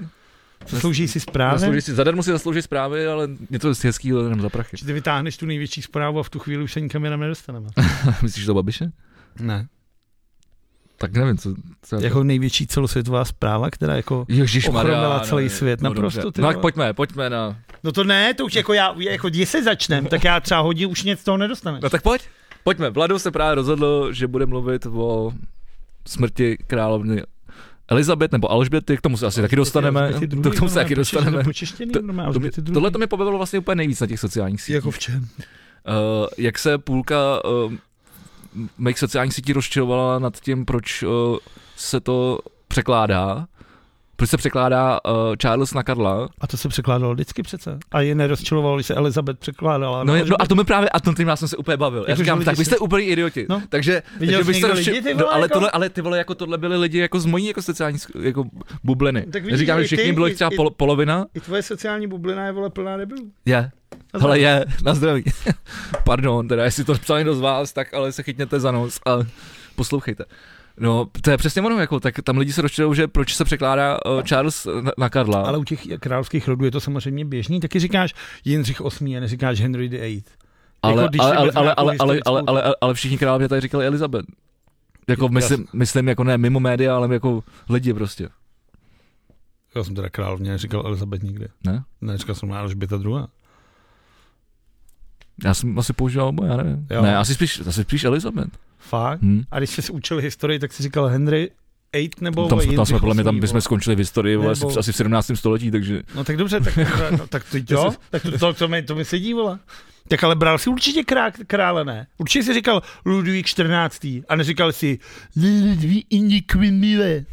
Zaslouží si zprávy.
Zaslouží si, zadarmo si zaslouží zprávy, ale něco si hezkýho jenom za prachy.
Že ty vytáhneš tu největší zprávu a v tu chvíli už se nikam jinam nedostaneme.
Myslíš že to Babiše?
Ne.
Tak nevím, co... co
Jako největší celosvětová zpráva, která jako... ochromila celý svět, naprosto,
dobře.
ty
No tak
vole.
pojďme, pojďme na...
No to ne, to už jako já, jako když se začnem, tak já třeba hodně už nic z toho nedostaneš.
No tak pojď. Pojďme, Vladu se právě rozhodl, že bude mluvit o smrti královny Elizabet nebo Alžběty, k tomu se asi taky dostaneme. To K tomu
no,
se taky dostaneme. To- To mě- Tohle to mě pobavilo vlastně úplně nejvíc na těch sociálních sítích.
Jako v čem?
Uh, jak se půlka uh, mých sociálních sítí rozčilovala nad tím, proč uh, se to překládá. Proč se překládá uh, Charles na Karla.
A to se překládalo vždycky přece. A je nerozčilovalo, když se Elizabeth překládala.
No, je, no a
a...
to mi právě, a to tím já jsem se úplně bavil. Já
Jakože
říkám,
lidi
tak vy
si-
jste úplně idioti.
No.
takže,
Viděl
takže
jsi
vy jste
někdo lidi, ty vole,
no, ale,
jako?
tohle, ale ty vole, jako tohle byly lidi jako z mojí jako sociální sk- jako bubliny.
Tak vidíš,
Říkám, že
i
všichni
ty,
bylo
i-
jich třeba
i-
pol, polovina.
I tvoje sociální bublina je vole plná debilů.
Je.
Na
Ale
zdraví.
je, na zdraví. Pardon, teda jestli to psal někdo z vás, tak ale se chytněte za nos a poslouchejte. No, to je přesně ono, jako, tak tam lidi se rozčilou, že proč se překládá uh,
No.
Charles na, na Karla.
Ale u těch královských rodů je to samozřejmě běžný. Taky říkáš Jindřich VIII a neříkáš Henry VIII.
ale,
jako když si
ale, ale,
vezmeme
ale,
jako
ale, ale, ale,
historickou-
ale, ale, všichni králové tady říkali Elizabeth. Jako myslím, myslím, jako ne mimo média, ale jako lidi prostě.
Já jsem teda královně neříkal Elizabeth nikdy.
Ne?
Ne, říkal jsem Alžběta druhá.
Já jsem asi používal oboje, já nevím.
Jo.
Ne, asi spíš, asi spíš Elizabeth.
Fakt?
Hm.
A když jsi se učil historii, tak jsi říkal Henry VIII nebo
Tam, jsme, tam
Jindřich
jsme, podle mě, tam
VIII,
bychom skončili v historii, vole,
Nebo-
asi v 17. století, takže
vole. No tak dobře, tak, no, tak to jo, tak to, to, to, mi, to mi sedí, vole. Tak ale bral si určitě krá, krále, ne? Určitě si říkal Ludvík 14. a neříkal si Ludvík Indikvindile.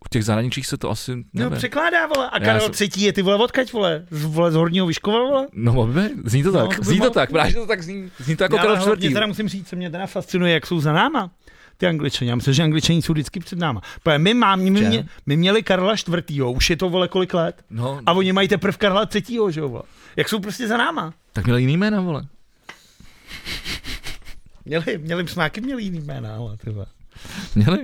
U těch zahraničích se to asi,
No,
nevím.
překládá, vole. A
Já
Karel
jsem-
třetí je ty vole odkaď, vole? Z, vole, z horního Vyškova, vole?
No, babi, zní to
No,
tak,
to by
zní to
mohlo-
tak, právě že to tak zní, zní to jako
Ne,
Karel
ale hlavně
čtvrtý.
teda musím říct, co mě teda fascinuje, jak jsou za náma ty angličani. Já myslím, že angličani jsou vždycky před náma. Protože my, mám, my,
Že?
mě, my měli Karla čtvrtýho, už je to vole kolik let.
No,
A oni mají teprve Karla třetího, že jo, vole. Jak jsou prostě za náma.
tak měl jiný jména, vole.
Měli, měli psnáky, měli jiný jména, ale ty vole.
Měli.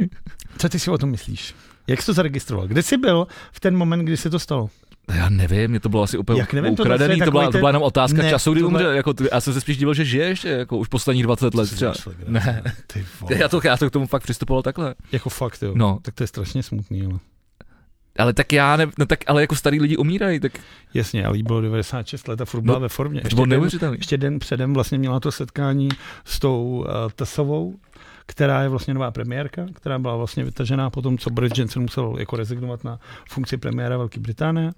Co ty si o tom myslíš? Jak jsi to zaregistroval? Kde jsi byl v ten moment, kdy se to stalo?
No Já nevím, mě to bylo asi úplně
Jak nevím, to
ukradený,
zase je
to, byla,
takový
to byla
ten-
jenom otázka
Ne,
času, kdy
tohle-
umře. Jako, ty- já jsem se spíš díval, že žije ještě, jako už posledních 20 let třeba.
Ne. Ty vole.
Já to, já to k tomu fakt přistupoval takhle.
Jako fakt, jo.
No.
Tak to je strašně smutný, ale.
Ale tak já ne, no tak, ale jako starý lidi umírají, tak
Jasně, ale jí bylo 96 let a furt
No,
byla ve formě.
to bylo
den,
neuvěřitelný.
ještě den předem vlastně měla to setkání s tou uh, Tesovou, která je vlastně nová premiérka, která byla vlastně vytažená po tom, co Boris Johnson musel jako rezignovat na funkci premiéra Velké Británie.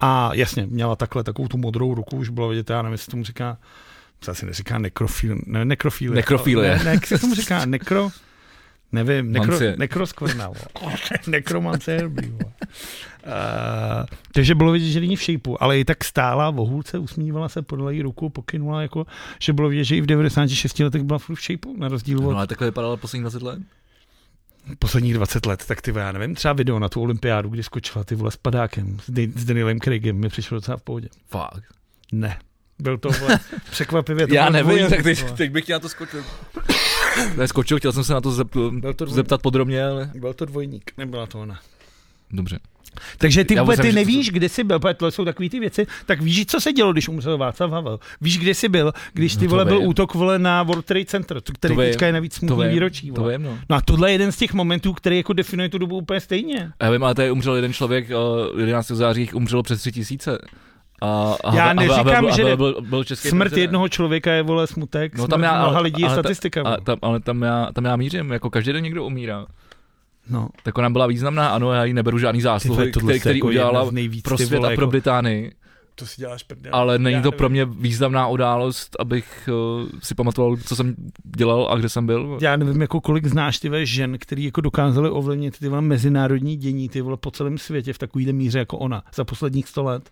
A jasně, měla takhle takovou tu modrou ruku, už bylo vidět, já nevím, jestli tomu říká, to asi neříká nekrofil, ne, nekrofílie.
Nekrofilie.
Ne, ne, jak se tomu říká nekro, nevím, nekro,
Mancie.
nekroskvrna, vole. nekromance je dobrý, vole. Uh, takže bylo vidět, že není v šejpu, ale i tak stála v ohůlce, usmívala se, podala jí ruku, pokynula, jako, že bylo vidět, že i v 96 letech byla furt v šejpu, na rozdíl od
No ale takhle vypadalo posledních 20 let.
posledních 20 let, tak ty vole, já nevím, třeba video na tu olympiádu, kdy skočila ty vole s padákem, s, Dan- s Danielem Craigem, mi přišlo docela v pohodě.
Fakt.
Ne. Byl to vole, překvapivě. to
Já
byl
nevím,
dvojec,
tak teď,
vole.
teď bych ti na to skočil. Ne, skočil, chtěl jsem se na to, zep,
Byl to dvojník.
zeptat podrobně, ale
Byl to dvojník, nebyla to ona.
dobře.
Takže ty,
Já
vůbec,
myslím,
ty
že to-
nevíš, kde jsi byl, protože to jsou takové ty věci, tak víš, co se dělo, když umřel Václav Havel. Víš, kde jsi byl, když ty
No to
vole byl
vím.
útok vole na World Trade Center, to- který
To vím,
teďka je navíc
To
smutný
vím,
výročí.
to
Vole.
vím, no.
No a tohle je jeden z těch momentů, který jako definuje tu dobu úplně stejně.
Já vím, ale tady umřel jeden člověk, eh, 11. září jich umřelo přes 3 tisíce. A, a
Já
a- a- a-
neříkám,
a- a-
že
byl,
ne-
byl, byl český
Smrt
prezident.
jednoho člověka je vole smutek,
No,
no,
tam
smrt
já- ale-
mnoha lidí je
ale ta-
statistika.
A
vole.
tam, ale tam já, tam já mířím, jako každý den někdo umírá.
no.
Tak ona byla významná, ano, já jí neberu žádný
Ty vole,
zásluhy,
tohle
který,
se
který
jako jedna
udělala
z nejvíc,
pro
ty
svět
vole,
a pro
jako-
Británii,
To si děláš prdel.
ale není
Já
to
nevím.
pro mě významná událost, abych eh, si pamatoval, co jsem dělal a kde jsem byl.
Já nevím, jako kolik znáš ty vole, žen, který jako dokázali ovlivnit ty vole mezinárodní dění ty vole po celém světě v takovýhle míře jako ona za posledních sto let.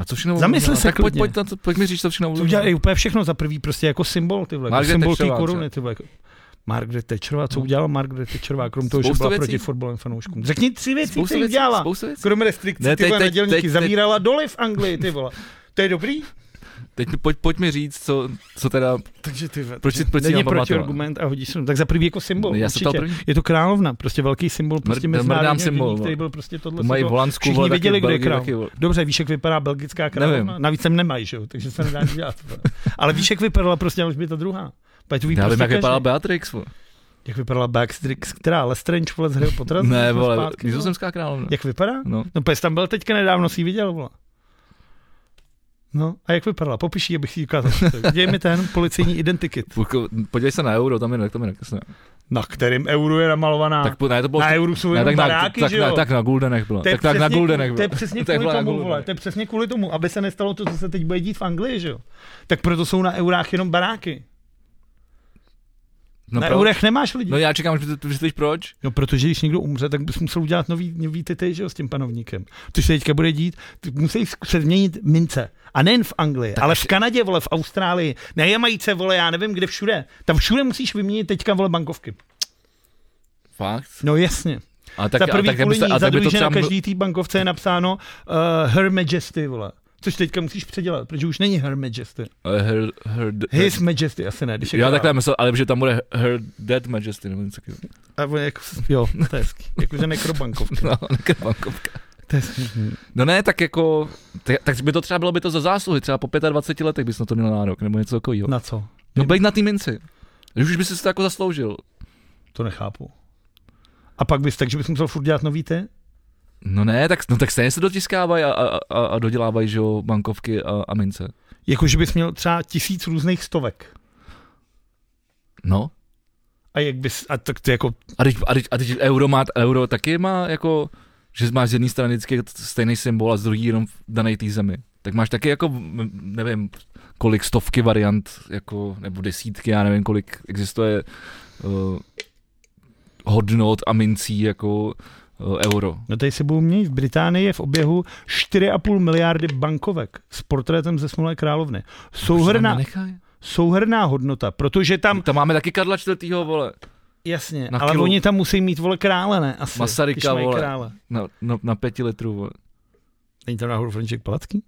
A co všechno
Zamysli
udělala?
se
tak pojď,
klidně.
pojď, na to, pojď mi říct, co všechno
To
udělala.
udělali úplně všechno za prvý, prostě jako symbol, ty vole, jako
Margaret
symbol té
Thatcherová
koruny, ty vole. jako- Margaret Thatcherová, co
No.
udělala Margaret Thatcherová, krom toho, že
Spousta
byla
věcí.
proti fotbalovým fanouškům? Řekni tři věci,
Spousta
co
věcí,
udělala.
spousta věcí.
Krom restrikcí,
Ne,
ty
teď-
vole,
teď-
na dělníky,
teď-
zavírala doly v Anglii, ty vole. To je dobrý?
Teď mi pojď, pojď mi říct, co, co teda,
Takže ty vole,
Proč si- proč si
není
mám pamatovat?
protiargument a hodíš se. Tak za prvý jako symbol,
Ne, já se
určitě.
ptal první.
Je to královna, prostě velký symbol, prostě
Mr- mrdám
mezinárodní
symbol,
symbol,
vole.
který byl prostě tohle.
to mají v
symbol.
Holandsku,
Všichni
vole, taky
věděli,
v
kdo je
Belgii,
král.
taky, vole.
Dobře, víš, jak vypadá belgická královna?
Nevím.
Navíc sem nemají, že jo, takže se nedá nic dělat. vole. Ale víš, jak vypadala prostě Alžběta druhá. Pať ví,
Já
prostě
vím, jak
každý.
vypadala Beatrix, vole.
Jak vypadala Backstrix, která Lestrange vole z hry potra.
Ne, vole,
zpátky, no. vole.
nizozemská královna.
Jak vypadá?
No.
No pes tam byl teďka nedávno, si ji viděl, vole. No, a jak vypadala? Popiš ji, abych si ji ukázal. Dej mi ten policejní identikit.
Půjko- Podívej se na euro, tam je, ne- tam je nekresné.
Na kterým euru je namalovaná?
Tak po- ne, to bylo...
na euru jsou
ne,
jenom
tak, na,
baráky,
tak,
že jo?
na, tak na Guldenech bylo.
To je
Tak, tak na
přesně-
Guldenech bylo.
To je přesně
Tak byla
kvůli
na
tomu,
Guldenech.
vole, to je přesně kvůli tomu, aby se nestalo to, co se teď bude dít v Anglii, že jo. Tak proto jsou na eurách jenom baráky.
No,
na
pro-
eurech nemáš lidi.
no
No,
já čekám, že ty vysvětlíš proč.
no, protože když někdo umře, tak bys musel udělat nový, nový ty, že jo, s tím panovníkem. Což se teďka bude dít, ty musí se změnit mince. A nejen v Anglii, tak ale v Kanadě, vole, v Austrálii, na Jamajce, vole, já nevím, kde všude. Tam všude musíš vyměnit teďka, vole, bankovky.
Fakt.
No jasně.
A
tak,
tak,
za prvý
a tak,
kvůli
nebyste-
ní,
a
za
tak by
druhý,
to
že na
třeba...
každý té bankovce je napsáno uh, Her Majesty, vole. Což teďka musíš předělat, protože už není Her Majesty.
Eh, Her, her, d-
His Majesty, asi ne. Když je
já
král.
takhle myslel, ale že tam bude Her Dead Majesty nebo něco takového.
A on jako, jo, to je hezký. Jakože nekrobankovka.
No, nekra bankovka.
To je smutný.
No ne, tak jako, tak, tak by to třeba bylo by to za zásluhy, třeba po 25 letech bys na to měl nárok, nebo něco takového.
Na co?
No být na té minci. Že Už bys si to jako zasloužil.
To nechápu. A pak bys, takže bys musel furt dělat nový ty?
No ne, tak, no tak stejně se dotiskávají a, a, a, a dodělávají, že jo, bankovky a, a mince.
Jakože Jako, bys měl třeba tisíc různých stovek.
No.
A jak bys, a tak ty jako,
A teď, a teď, a teď euro, má, euro taky má jako, že máš z jedné strany vždycky stejný symbol a z druhé jenom v dané té zemi. Tak máš taky jako, m- nevím, kolik stovky variant, jako, nebo desítky, já nevím, kolik existuje uh, eh, hodnot a mincí jako eh, euro.
No tady se budou měnit. V Británii je v oběhu 4,5 miliardy bankovek s portrétem ze Smolé královny. Souhrná,
Nechaj.
souhrná hodnota, protože tam,
Tam máme taky Karla čtvrtýho, vole.
jasně,
na
ale
kilo.
oni tam musí mít, vole, krále, ne? Asi,
Masaryka,
když mají
vole.
Krále.
Na, na, na pěti litrů, vole.
Není tam náhodou František Palacký?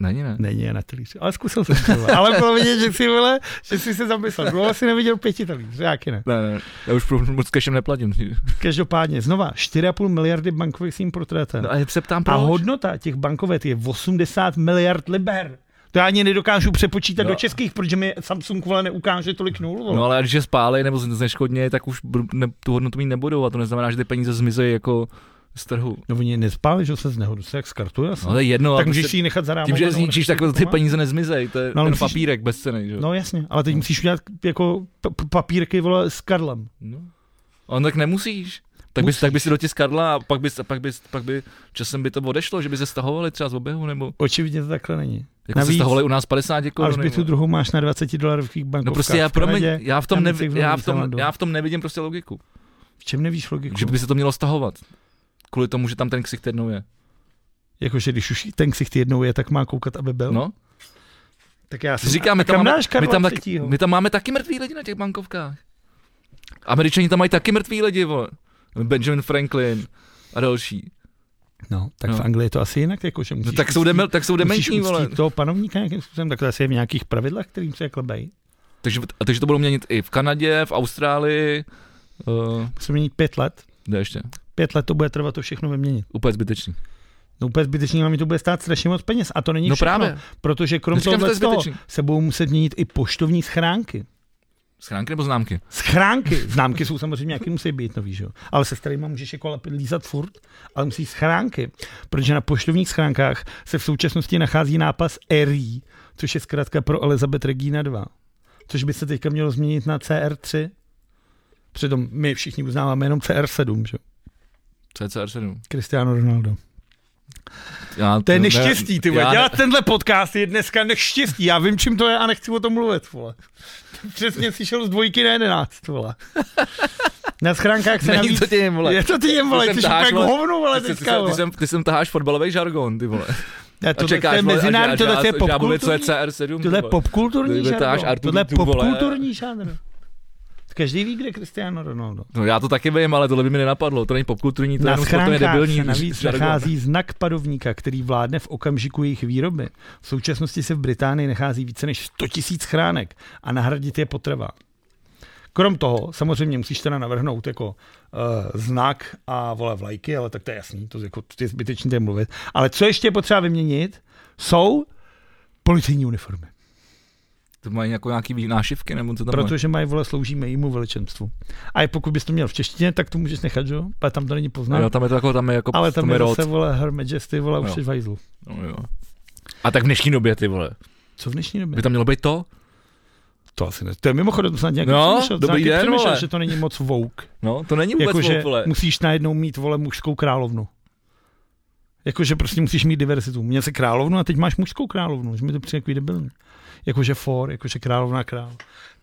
Není, ne?
Není, je na talíři. Ale zkusil jsem to, vole. Ale bylo vidět, že jsi, vole, že jsi se zamyslel. Dlouho si neviděl pěti talíř, jaký ne.
Ne, ne, já už pro- moc cashem neplatím.
Každopádně, znova, 4,5 miliardy bankovek s tím portrétem.
No a se ptám,
A
proč?
hodnota těch bankovet je 80 miliard liber. To já ani nedokážu přepočítat
No.
do českých, protože mi Samsung vole neukáže tolik nul. Vole.
No ale když je spálej nebo zneškodně, tak už br- ne, tu hodnotu mít nebudou a to neznamená, že ty peníze zmizí jako z trhu.
no oni nespáli, že se z nehodu se jak skartuje.
No to je jedno,
tak
ale
můžeš
prostě
si ji nechat zarámovat.
tím, že je
nebo
zničíš,
nechat
tak
ji
ty
doma.
peníze nezmizej, to je
No,
no,
ale
ten
musíš-
papírek bezcený, že? jo?
No jasně, ale teď musíš udělat jako p- p- papírky vole s Karlem.
No. On tak nemusíš. Tak bys, tak bys si do tě skadla a pak, bys, a pak, bys, pak by časem by to odešlo, že by se stahovali třeba z oběhu, nebo
Očividně to takhle není.
jako
Navíc-
se stahovali u nás 50
A
korun.
už by tu
nebo-
druhou máš na 20 dolarových bankovkách.
No prostě já,
v Kanadě.
promiň, já v tom,
Americe,
nevi,
v
já,
Novém
v tom,
Zélandu.
já v tom nevidím prostě logiku.
V čem nevíš logiku?
Že by se to mělo stahovat. Kvůli tomu, že tam ten ksicht jednou je.
Jakože když už ten ksicht jednou je, tak má koukat, aby byl.
No,
Tak já jsem...
říkám, my
a kam
tam, máme,
dáš Karla
my, tam tak,
třetího?
my tam máme taky mrtví lidi na těch bankovkách. Američani tam mají taky mrtví lidi, vole. Benjamin Franklin a další.
No, tak no.
No.
v Anglii je to asi jinak, jako, že musíš
No, tak, jsou demel, tak jsou dementní,
musíš
vole.
uctít toho panovníka nějakým způsobem, tak to asi je v nějakých pravidlech, kterým se jako bejí.
Takže, a takže to budou měnit i v Kanadě, v Austrálii. Uh,
Musím měnit pět let.
kde ještě?
Pět let to bude trvat to všechno vyměnit.
Úplně zbytečný.
No úplně zbytečně, ale mi to bude stát strašně moc peněz. A to není
No
všechno,
právě.
protože krom
Neříkám, že to
toho,
je
toho
zbytečný.
se budou muset měnit i poštovní schránky.
Schránky nebo známky?
Schránky, známky jsou samozřejmě nějaký, musí být nový, že jo. Ale se starýma můžeš jako lepit- lízat furt, ale musí schránky, protože na poštovních schránkách se v současnosti nachází nápas ERI, což je zkrátka pro Elizabeth Regina 2, což by se teďka mělo změnit na CR3. Přitom my všichni uznáváme jenom CR7, že jo.
CCR7.
Cristiano Ronaldo.
Já,
To je neštěstí, ty vole.
No, já,
Dělat tenhle podcast je dneska neštěstí. Já vím, čím to je a nechci o tom mluvit, vole. Přesně si šel z dvojky na jedenáct, vole. Na schránkách se
Není
navíc...
to tím, vole.
Je to ty, vole,
Ty sem
ty jsi
taháš,
úplně
vole.
hovno, vole,
Ty, ty, ty,
teďka,
sem- ty,
vole.
sem, ty sem taháš fotbalový žargon, ty vole.
Ne,
A
Tohle to
čekáš,
je mezinárodní, tohle to je
co je
popkulturní.
CR7.
Tohle je
vole.
popkulturní
Ty vytáháš
žánr.
Artur
Tohle je
Dudu, vole.
popkulturní žánr. Každý ví, kde je Cristiano Ronaldo.
No já to taky vím, ale tohle by mi nenapadlo. To není popkulturní, to je
Na
jenom sportovně
schránkách
debilní
se navíc
žargon.
nachází znak padovníka, který vládne v okamžiku jejich výroby. V současnosti se v Británii nachází více než 100 000 schránek a nahradit je potreba. Krom toho, samozřejmě musíš teda navrhnout jako uh, znak a vole vlajky, ale tak to je jasný, to je jako, to je zbytečný tady mluvit. Ale co ještě je potřeba vyměnit, jsou policejní uniformy.
To mají jako nějaký vý- nášivky nebo co tam mají?
Protože mají vole, sloužíme jejímu veličenstvu. A je, pokud bys to měl v češtině, tak to můžeš nechat, že jo? Ale tam to není poznat.
Jo, tam je to jako, tam je jako,
no. Ale tam
je
je
rod.
zase, vole, Her Majesty, vole, už
Jo.
jsi v hajzlu.
No, jo. A tak v dnešní době, ty vole.
Co v dnešní době?
By tam mělo být to?
To asi ne. To je mimochodem, to snad nějak
No,
přemýšlel, to
dobrý
nějaký
den,
přemýšlel,
vole.
že to není moc vouk.
No, to není vůbec
Jakože
woke, vole.
musíš najednou mít, vole, mužskou královnu. Jakože prostě musíš mít diverzitu. Měl jsi královnu a teď máš mužskou královnu, že mi to přijde takový debilní. Jakože for, jakože královna král.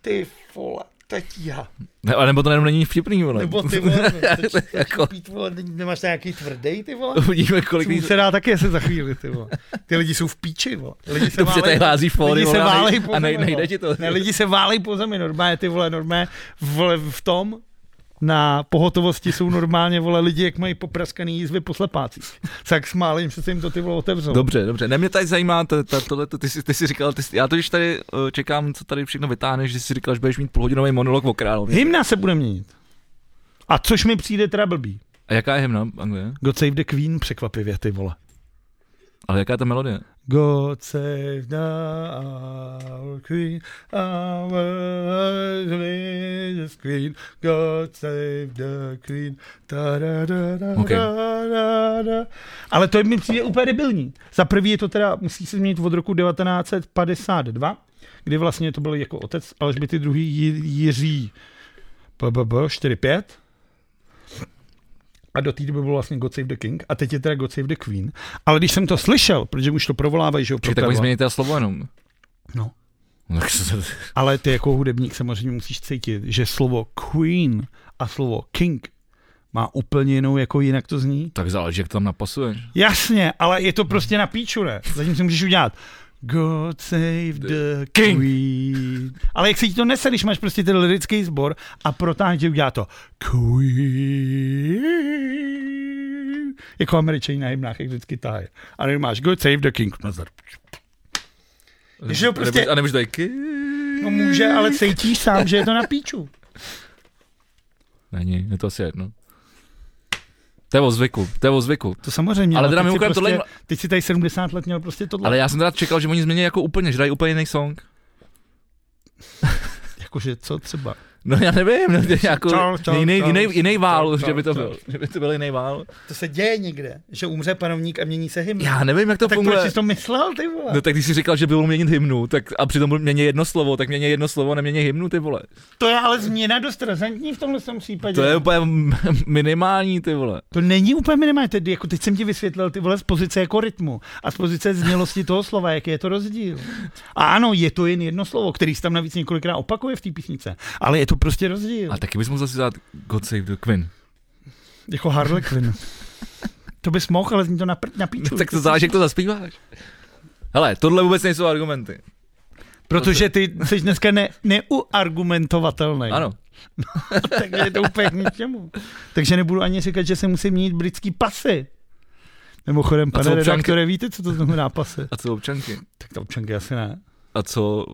Ty vole, teď já.
Ne, ale nebo to jenom není vtipný, vole.
Nebo ty vole, teď,
Jako-
pít, vole, nemáš nějaký tvrdý, ty vole?
Uvidíme, kolik
Kolik
lidí...
se dá taky se za chvíli, ty vole. Ty lidi jsou v píči, vole. Lidi se
Dobře, tady
válej-
hází fóry,
lidi se
vole, a
válej
nej-
po
a nej-
zemi, vole. no.
nejde ti to.
Ne, lidi se válejí po zemi, normálně ty vole, normálně vole, v tom, na pohotovosti jsou normálně, vole, lidi, jak mají popraskaný jízvy po slepácích. Tak smáli jim, že se jim to ty vole otevřelo.
Dobře, dobře. Ne, mě tady zajímá to, to, tohle, ty, jsi, ty jsi říkal, ty, jsi- já totiž tady eh, čekám, co tady všechno vytáhneš, že jsi říkal, že budeš mít půlhodinový monolog o královně.
Hymna se bude měnit. A což mi přijde teda blbý.
A jaká je hymna Anglie?
God save the Queen, překvapivě, ty vole.
Ale jaká je ta melodie?
God save the our queen, our glorious queen, God save the queen. Ta da da da
Okay.
da da da. Ale to je mi přijde úplně debilní. Za prvý je to teda, musí se změnit od roku 1952, kdy vlastně to byl jako otec Alžběty druhý Ji- Jiří PBB 4-5. A do té doby bylo vlastně God Save the King a teď je teda God Save the Queen. Ale když jsem to slyšel, protože už to provolávají, že jo,
Čekaj,
pro
No, tak oni
Karla.
změní teda slovo jenom.
No.
No, tak se,
Ale ty jako hudebník samozřejmě musíš cítit, že slovo Queen a slovo King má úplně jinou, jako jinak to zní.
tak záleží, jak to tam napasuješ.
Jasně, ale je to prostě na píču, ne? Zatím si můžeš udělat God save the
King.
king. Queen. Ale jak se ti to nese, když máš prostě ten lirický sbor a protáhne ti udělá to Queen. Jako američaní na hymnách, jak vždycky tahají. A nebo máš God save the king. Nazdar. Že jo, prostě-
A nebo- A nemůžeš tady...
No může, ale cítíš sám, že je to na píču.
Není, je to asi jedno. To je o zvyku, to je o zvyku.
To samozřejmě.
Ale
no,
teda
teď si
mimochodem tohle
prostě,
jim-
Teď si tady 70 let měl prostě tohle.
Ale
Ale...
já jsem teda čekal, že oni změní jako úplně, že dají úplně jiný song.
Jakože co třeba?
No já nevím, no, jako
Čau, čau,
jiný,
čau.
jiný, jiný vál,
Čau, čau,
že by to
čau.
byl, že by to byl jiný vál.
To se děje někde, že umře panovník a mění se hymna.
Já nevím, jak to
tak
funguje.
proč jsi to myslel, ty vole?
No tak když jsi říkal, že bylo měnit hymnu, tak a přitom mění jedno slovo, tak mění jedno slovo, nemění hymnu, ty vole.
To je ale změna dost razantní v tomhle tom případě.
To je úplně m- minimální, ty vole.
to není úplně minimální, tedy jako teď jsem ti vysvětlil ty vole z pozice jako rytmu a z pozice znělosti toho slova, jaký je to rozdíl. A ano, je to jen jedno slovo, který se tam navíc několikrát opakuje v té písnice, ale je to prostě rozdíl.
A taky bys musel si dát God Save the Queen.
Jako Harlequin. to bys mohl, ale zní to na, prd, na píču.
No, tak to záleží, jak to zaspíváš. Hele, tohle vůbec nejsou argumenty.
Protože ty jsi dneska ne, neuargumentovatelný.
Ano.
Takže je to úplně k ničemu. Takže nebudu ani říkat, že se musí měnit britský pasy. Mimochodem,
co
pane
občanky?
redaktore, víte, co to znamená pasy?
A co občanky?
Tak to občanky asi ne.
A co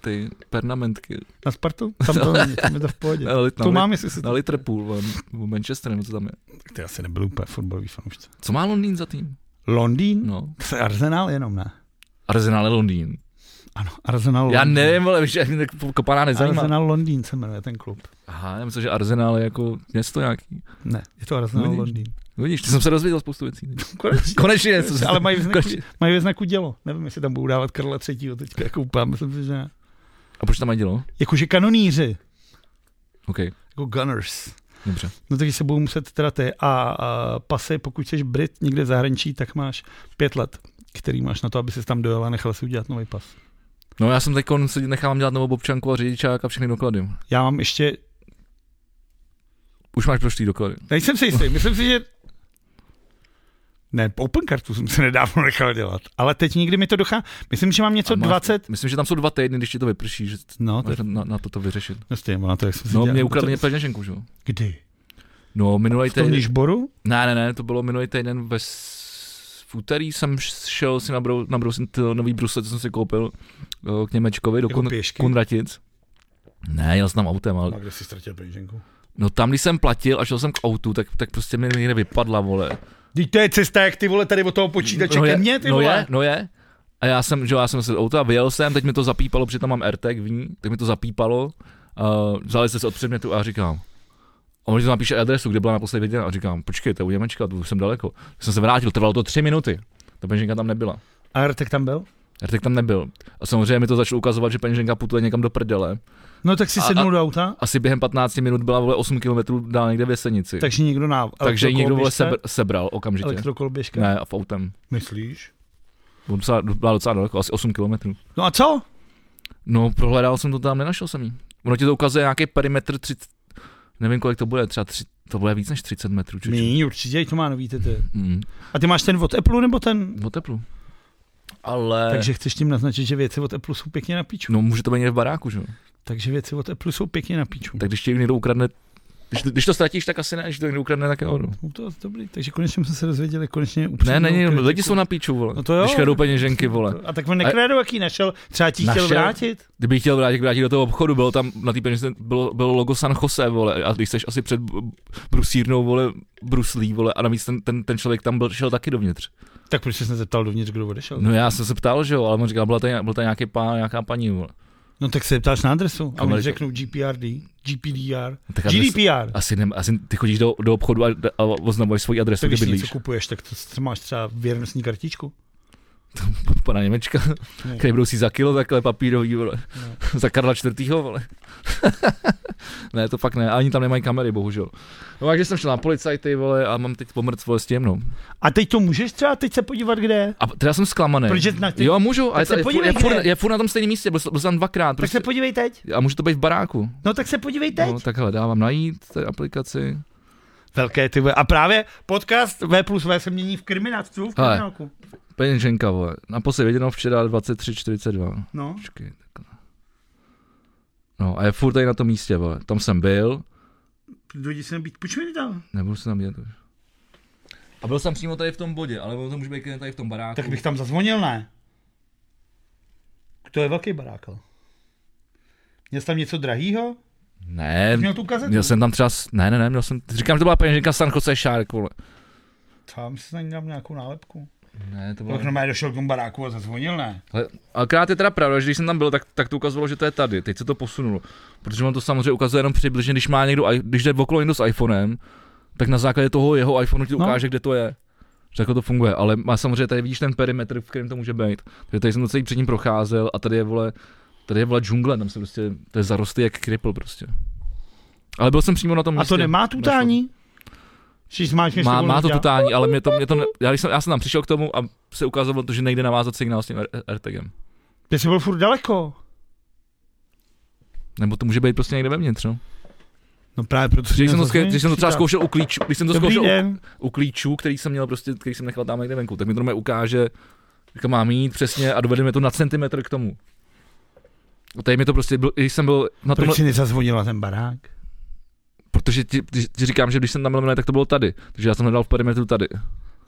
ty pernamentky?
Na Spartu? Tam to není, tam je to v pohodě.
Na, lit, na,
To
lit-
mám, jestli se
na
to...
Liverpool, vole, nebo Manchester, nebo co tam je.
Ty asi nebyl úplně fotbalový fanoušce.
Co má Londýn za tým?
Londýn?
No.
No. Arsenal jenom ne.
Arsenal je Londýn.
Ano, Arsenal Londýn.
Já nevím, ale víš, jak mě tak kopaná nezajímá.
Arsenal Londýn se jmenuje ten klub.
Aha, já myslím, že Arsenal je jako město nějaký.
Ne, je to Arsenal
Vidíš?
Londýn.
Vidíš, ty jsem se dozvěděl spoustu věcí.
Konečně.
Konečně něco. jsem-
Ale mají ve znaku,
konečně.
mají ve znaku dělo. Nevím, jestli tam budou dávat Karla třetího teďka, jako úplně, myslím si, že ne.
A proč tam mají dělo?
Jakože kanoníři,
OK,
jako gunners.
dobře.
No takže se budou muset teda ty a, a pasy, pokud jsi Brit někde v zahraničí, tak máš pět let, který máš na to, aby se tam dojel a nechal si udělat nový pas.
No já jsem teď si nechávám dělat novou občanku a řidičák a všechny doklady.
Já mám ještě,
Už máš prošlý doklady.
nejsem si jistý, myslím si, že ne, open kartu jsem se nedávno nechal dělat, ale teď nikdy mi to dochá. Myslím, že mám něco
A máš-
20.
Myslím, že tam jsou dva týdny, když ti to vyprší, že
No, to je
máš na, na to, to vyřešit.
prostě, na to, jak jsem si
No,
dělal.
mě ukradli mě peněženku, že jo?
Kdy?
No, minulý
V tom
týden.
Nížboru?
Ne, ne, ne, to bylo minulý týden ve s- v úterý jsem š- šel si nabrou, nabrousit ty nový brusle, co jsem si koupil eh, k Němečkovi do
Jako
Kun,
pěšky? No.
Kunratic. Ne, jel jsem tam autem, ale
kde jsi ztratil peníženku?
No tam, když jsem platil a šel jsem k autu, tak, tak prostě mi někde vypadla, vole.
Teď to je cesta, jak ty vole tady od toho počítače
no
ke
je,
mně, ty
no
vole.
je, no je. A já jsem, že jo, já jsem se z auta vyjel jsem, teď mi to zapípalo, protože tam mám AirTag v ní, tak mi to zapípalo. Uh, vzali jste se od předmětu a říkám, a oni to napíše adresu, kde byla naposledy viděna. A říkám, počkejte, u Němečka, to už jsem daleko. Tak jsem se vrátil, trvalo to tři minuty. Ta peněženka tam nebyla.
A Artek tam byl?
AirTag tam nebyl. A samozřejmě mi to začalo ukazovat, že peněženka putuje někam do prdele.
No tak si
A-
sednul
a-
do auta,
Asi během 15 minut byla vole 8 km dál někde v Jesenici.
takže někdo na
Takže ji někdo vole
elektrokoloběžce-
sebr, sebral okamžitě.
Elektrokoloběžka.
Ne, v autem.
Myslíš?
Byl docela, byla docela daleko, asi 8 kilometrů.
No a co?
No, prohledal jsem to tam, nenašel jsem ji. Ono ti to ukazuje nějaký perimetr 30, nevím kolik to bude, třeba 3, to bude víc než 30 metrů. Či,
Míň, určitě, to má nový ty.
Mm,
A ty máš ten od Apple nebo ten?
o teplu. Ale...
Takže chceš tím naznačit, že věci od Apple jsou pěkně na píču.
No, může to být někde v baráku, že? jo?
Takže věci od Apple jsou pěkně na píču.
Tak když ti někdo ukradne, když, když to ztratíš, tak asi ne, když to někdo ukradne, tak jo. no.
No to, dobrý, takže konečně jsme se dozvěděli, konečně
Ne,
upřímnou
ne, ne,
kritiku.
lidi jsou na píču, vole.
No to jo.
Když kradou peněženky, vole.
A tak on nekrédu, jaký našel, třeba ti chtěl
Našel?
vrátit.
Kdybych chtěl vrátit, vrátit do toho obchodu, bylo tam na té peněžence bylo, bylo logo San Jose, vole, a když jsi asi před b- brusírnou, vole, bruslí, vole, a navíc ten, ten, ten člověk tam byl, šel taky dovnitř.
Tak proč jsi se zeptal dovnitř, kdo odešel? No,
No já jsem se ptal, že jo, ale on říkal, byl tady, byl tady nějaký pán, nějaká paní, vole.
no tak se zeptáš na adresu a oni
Amerika.
řeknou GPRD, GPDR,
Tak adres-
GDPR.
Asi, ne, asi ty chodíš do, do obchodu a, a oznamuješ svoji adresu,
Tak
kde
když něco
bydlíš.
kupuješ, tak to, máš třeba věrnostní kartičku.
pana Němečka,
No.
který budou si za kilo takhle papírový, vole. za Karla čtvrtýho, vole. ne, to fakt ne, ani tam nemají kamery, bohužel. No takže jsem šel na policajty, vole, a mám teď pomrc, vole, s tím, no.
A teď to můžeš třeba teď se podívat, kde?
A teda jsem zklamaný.
Protože na ty...
Jo, můžu, ale
se
je, furt,
podívej,
je, furt,
kde.
je furt na tom stejném místě, byl, jsem- byl jsem tam dvakrát.
tak
Prostě.
se podívej teď.
A může to být v baráku.
No tak se podívej teď.
No, takhle dávám najít té aplikaci.
Velké ty vole. A právě podcast V plus V se mění v kriminálku. V
Hele.
kriminálku.
Peněženka, vole. Naposledy věděno včera 23.42.
No.
Počkej, takhle. No a je furt tady na tom místě, vole. Tam jsem byl,
Dojdi se být. Proč mi to tam?
nebudu se tam dělat už. A byl jsem přímo tady v tom bodě, ale ono to může být klidně tady v tom baráku.
Tak bych tam zazvonil, ne? To je velký barákal. Měl jsi tam něco drahýho?
Ne,
Měl tu kazetu?
měl jsem tam třeba, s- ne, ne, ne, měl jsem, říkám, že to byla peněženka San Jose Shark, vole.
Tam si tam dám nějakou nálepku.
Ne, to
Tak
bylo.
normálně došel k tomu baráku a zazvonil, ne?
Akorát je teda pravda, že když jsem tam byl, tak, tak to ukazovalo, že to je tady. Teď se to posunulo. Protože on to samozřejmě ukazuje jenom přibližně, když má někdo, i- když jde okolo někdo s iPhonem, tak na základě toho jeho iPhoneu ti
No.
ukáže, kde to je. Řekl to funguje, ale má samozřejmě tady vidíš ten perimetr, v kterém to může být. Takže tady jsem to celý předtím procházel a tady je vole, tady je vole džungle, tam se prostě, to je zarostlý jak kripl prostě. Ale byl jsem přímo na tom
A
místě.
to nemá
Nešlo to.
tutání? Když máš
Prostě Má, má to totální, ale mě to, mě to ne, já, když jsem, já jsem tam přišel k tomu a se ukázalo to, že nejde navázat signál s tím R- AirTagem.
Ty jsi byl furt daleko.
Nebo to může být prostě někde vevnitř, no.
No právě proto.
Když jsem, to, zkoušel- když jsem to třeba zkoušel u klíčů, když jsem to
Dobrý
zkoušel u,
den.
u, klíčů, který jsem měl prostě, který jsem nechal tam někde venku, tak mi to mě ukáže, jak to mám jít přesně a dovedeme to na centimetr k tomu. A tady mi to prostě, byl, když jsem byl na tomhle,
Proč jsi nezazvonila ten barák?
protože ti, ti, ti, říkám, že když jsem tam byl minulý, tak to bylo tady, takže já jsem hledal v perimetru tady.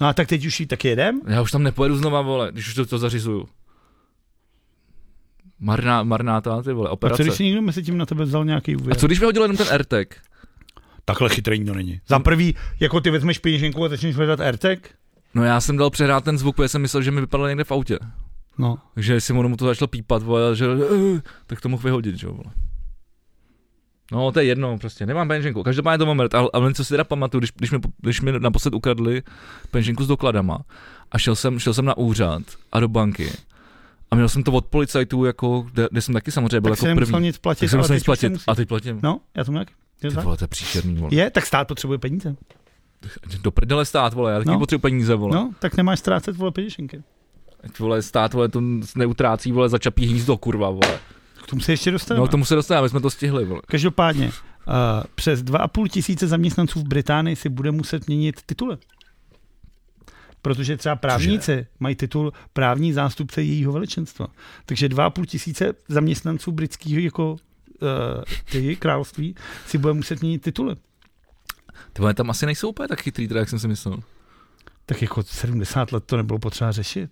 No a tak teď už jí tak jedem?
Já už tam nepojedu znova, vole, když už to, to zařizuju. Marná, marná ta, ty vole,
A co
operace.
když si někdo mezi tím na tebe vzal nějaký
A
úvěr?
co když vyhodil jenom ten AirTag?
Takhle chytrý to není. Za prvý, jako ty vezmeš peněženku a začneš hledat E AirTag?
No já jsem dal přehrát ten zvuk, protože jsem myslel, že mi vypadal někde v autě.
No.
Takže si mu mu to začalo pípat, vole, že eh, tak to mohl vyhodit, že jo, vole. No, to je jedno, prostě, nemám penženku. Každopádně to moment, ale, ale co si teda pamatuju, když, když, mi, když mi naposled ukradli penženku s dokladama a šel jsem, šel jsem na úřad a do banky a měl jsem to od policajtů, jako, kde, kde jsem taky samozřejmě byl
tak si
jako
nemusel
první.
nic platit.
Tak jsem
ale
musel
teď
nic
už
platit
nemusíš.
a teď platím.
No, já tomu taky.
Ty
Je, to tak?
vole, to je příšerný, vole.
je, tak stát potřebuje peníze.
Do prdele stát, vole, já taky
No.
potřebuji peníze, vole.
No, tak nemáš ztrácet vole peněženky.
Ať, vole, stát, vole, to neutrácí, vole, za čapí hnízdo, kurva, vole.
K tomu se ještě dostaneme.
No, k tomu se dostaneme, aby jsme to stihli, vole.
Každopádně, uh, přes 2,5 tisíce zaměstnanců v Británii si bude muset měnit tituly. Protože třeba právníci mají titul právní zástupce jejího veličenstva. Takže 2,5 tisíce zaměstnanců britského jako uh, ty království si bude muset měnit tituly.
Ty vole, tam asi nejsou úplně tak chytrý, teda, jak jsem si myslel.
Tak jako 70 let to nebylo potřeba řešit.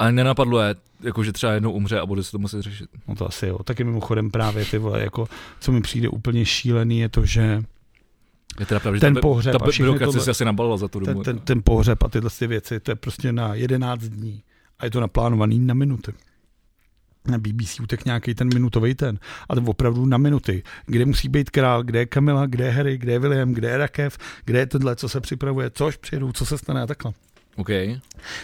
Ale nenapadlo je, jako, že třeba jednou umře a bude se to muset řešit.
No to asi jo. Taky mimochodem právě ty vole, jako, co mi přijde úplně šílený, je to, že
Je teda pravda, že
ten
ta, by-
pohřeb
ta
a
by-
všechny
byrokracie
tohle,
se asi nabalila za tu dobu.
ten, ten, ten pohřeb a tyhle ty věci, to je prostě na 11 dní a je to naplánovaný na minuty. Na BBC utek nějaký ten minutový ten. A to opravdu na minuty. Kde musí být král, kde je Kamila, kde je Harry, kde je William, kde je Rakev, kde je tohle, co se připravuje, což přijedou, co se stane a takhle.
OK.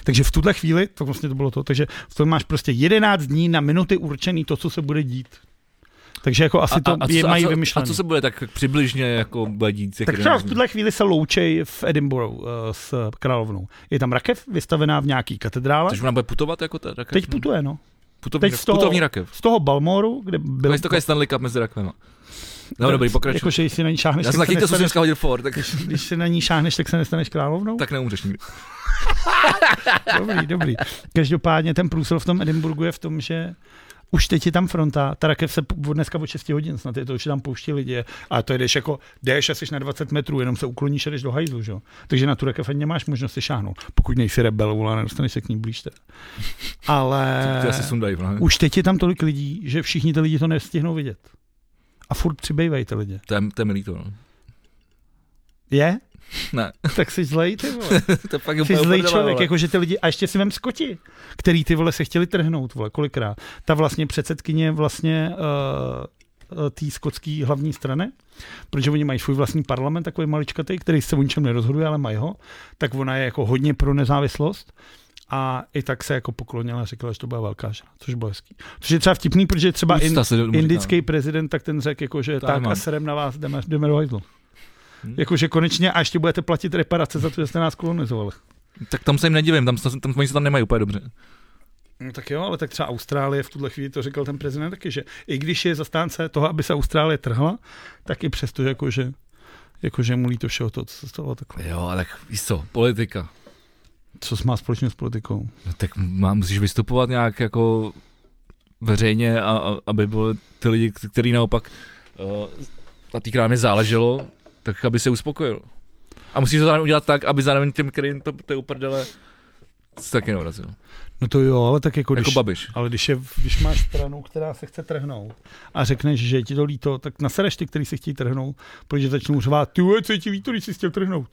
Takže v tuhle chvíli, to vlastně to bylo to, takže v tom máš prostě 11 dní na minuty určený to, co se bude dít. Takže jako asi to je,
co,
mají
a, co, a
vymyšlené.
co se bude tak přibližně jako badít?
Tak třeba v tuhle chvíli se loučej v Edinburghu uh, s královnou. Je tam rakev vystavená v nějaký katedrále.
Takže ona bude putovat jako ta rakev?
Teď putuje, no.
putovní,
teď
teď
z toho-
putovní rakev.
Z toho Balmoru, kde byl...
To je takový Stanley Cup mezi rakvema. No
Jako-
dobrý, pokračuj.
Jakože jestli na ní šáhneš,
Já jsem
tak se
taky to jsem
nestaneš,
dneska hodil for, tak,
když se na ní šáhneš, tak se nestaneš královnou.
tak neumřeš nikdy.
Dobrý, dobrý. Každopádně ten průsel v tom Edinburgu je v tom, že už teď je tam fronta, ta rakev se po- od dneska po 6 hodin snad, je to už tam pouští lidi a to jdeš jako, jdeš asi na 20 metrů, jenom se ukloníš a jdeš do hajzlu, že? jo? Takže na tu rakev ani nemáš možnost si šáhnout, pokud nejsi rebel, vole, nedostaneš se k ní blíž teda. Ale
Ty asi sundají, ne?
už teď je tam tolik lidí, že všichni ty lidi to nestihnou vidět. A furt přibývají ty lidi.
To je, to je milý to, no.
Je?
Ne.
Tak jsi zlej, ty vole.
To je fakt
Jsi
úplně
zlej
uprdele,
člověk, jako-
vole.
jakože ty lidi, a ještě si vem skoti, který ty vole se chtěli trhnout, vole, kolikrát. Ta vlastně předsedkyně vlastně uh, té skotské hlavní strany, protože oni mají svůj vlastní parlament, takový maličkatý, který se o ničem nerozhoduje, ale mají ho, tak ona je jako hodně pro nezávislost a i tak se jako poklonila a řekla, že to byla velká žena, což bylo hezký. Což je třeba vtipný, protože třeba in,
Úcta se tomu říká.
indický prezident, tak ten řekl, jako, že
To
tak
nemám.
a serem na vás, jdeme, jdeme do hajzlu.
Hm.
Jakože konečně a ještě budete platit reparace za to, že jste nás kolonizovali.
no. Tak tam se jim nedivím, tam, se- tam, oni se tam nemají úplně dobře.
No tak jo, ale tak třeba Austrálie v tuhle chvíli to říkal ten prezident taky, že i když je zastánce toho, aby se Austrálie trhla, tak i přesto, jako, že jakože, jakože mu líto všeho to, co se stalo takhle.
Jako, Jo, a tak víš co, politika.
Co má společně s politikou?
No, tak má, musíš vystupovat nějak jako veřejně, a, a, aby byly ty lidi, který naopak uh, na té krámě záleželo, tak aby se uspokojil. A musíš to zároveň udělat tak, aby zároveň těm, kterým to, to je uprdele, se taky neurazil.
No to jo, ale tak jako,
Jako
když,
babiš.
ale když, je, když máš stranu, která se chce trhnout a řekneš, že je ti to líto, tak nasereš ty, který se chtějí trhnout, protože začnou řvát, ty vole, co je ti líto, když jsi chtěl trhnout.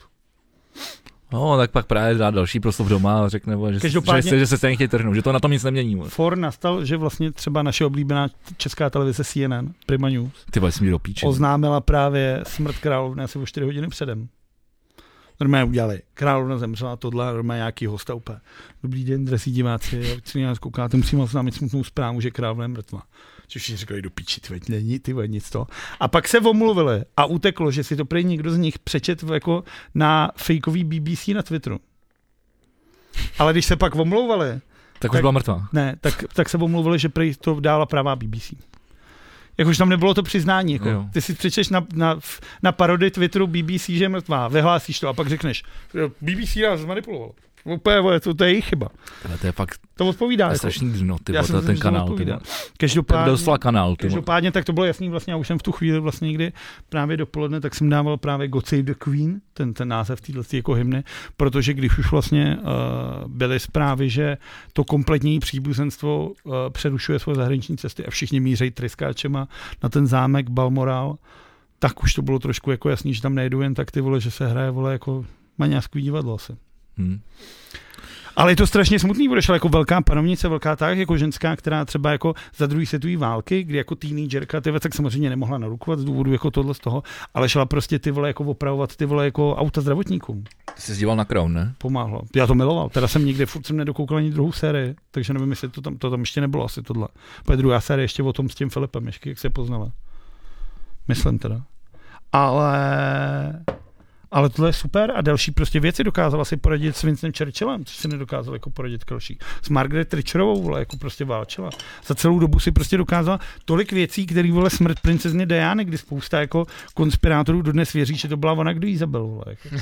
No, tak pak právě dá další proslov doma a řekne, vole, že,
Každopádně-
Každopádně... že, se, že se stejně chtějí trhnout, že to na tom nic nemění. vole.
For nastal, že vlastně třeba naše oblíbená česká televize CNN, Prima News,
Ty vole, jsi mi do píče.
oznámila právě smrt královny asi o 4 hodiny předem. Normálně udělali. Královna zemřela, tohle normálně nějaký hosta úplně. Dobrý den, dresí diváci, jak si nás koukáte, musím vám oznámit smutnou zprávu, že královna je mrtvá. Což si říkali, do píči, ty veď, není, ty veď, nic to. A pak se omluvili a uteklo, že si to prý někdo z nich přečet v- jako na fejkový BBC na Twitteru. Ale když se pak omlouvali,
tak už
tak-
byla mrtvá.
ne, tak, tak se omluvili, že prej to dála pravá BBC. Jakož tam nebylo to přiznání. Jako.
Jo.
Ty si přečeš na, na, na parody Twitteru BBC, že je mrtvá, vyhlásíš to a pak řekneš, "Jo, BBC nás zmanipulovalo. Úplně, vole, to, to je jejich chyba.
Ale to je fakt
To odpovídá.
to je
Jako.
strašný dno, ty
Já
vole,
jsem
to-
si
ten
myslel, že
kanál. Ty,
odpovídá.
vole. to je
Každopádně,
doslova kanál. Ty, vole.
každopádně, tak to bylo jasný vlastně, já už jsem v tu chvíli vlastně někdy právě dopoledne, tak jsem dával právě God Save the Queen, ten, ten název téhle jako hymny, protože když už vlastně uh, byly zprávy, že to kompletní příbuzenstvo uh, přerušuje svoje zahraniční cesty a všichni mířejí tryskáčema na ten zámek Balmoral, tak už to bylo trošku jako jasný, že tam nejdu jen tak ty vole, že se hraje vole jako maňářský divadlo asi.
Hm.
Ale je to strašně smutný, budeš ale jako velká panovnice, velká tak, jako ženská, která třeba jako za druhý světové války, kdy jako teenagerka, ty vole, tak samozřejmě nemohla narukovat z důvodu jako tohle z toho, ale šla prostě ty vole jako opravovat ty vole jako auta zdravotníkům.
Ty jsi díval na Crown, ne?
Pomáhlo. Já to miloval. Teda jsem někde furt jsem nedokoukal ani druhou sérii, takže nevím, jestli to tam, to tam ještě nebylo asi tohle. Pak druhá série ještě o tom s tím Filipem, ještě jak se poznala. Myslím teda. Ale ale tohle je super a další prostě věci dokázala si poradit s Vincentem Churchillem, což si nedokázal jako poradit další. S Margaret Thatcherovou, vole, jako prostě válčila. Za celou dobu si prostě dokázala tolik věcí, který vole smrt princezně Diany, kdy spousta jako konspirátorů dodnes věří, že to byla ona, kdo jí zabil, vole. Jako,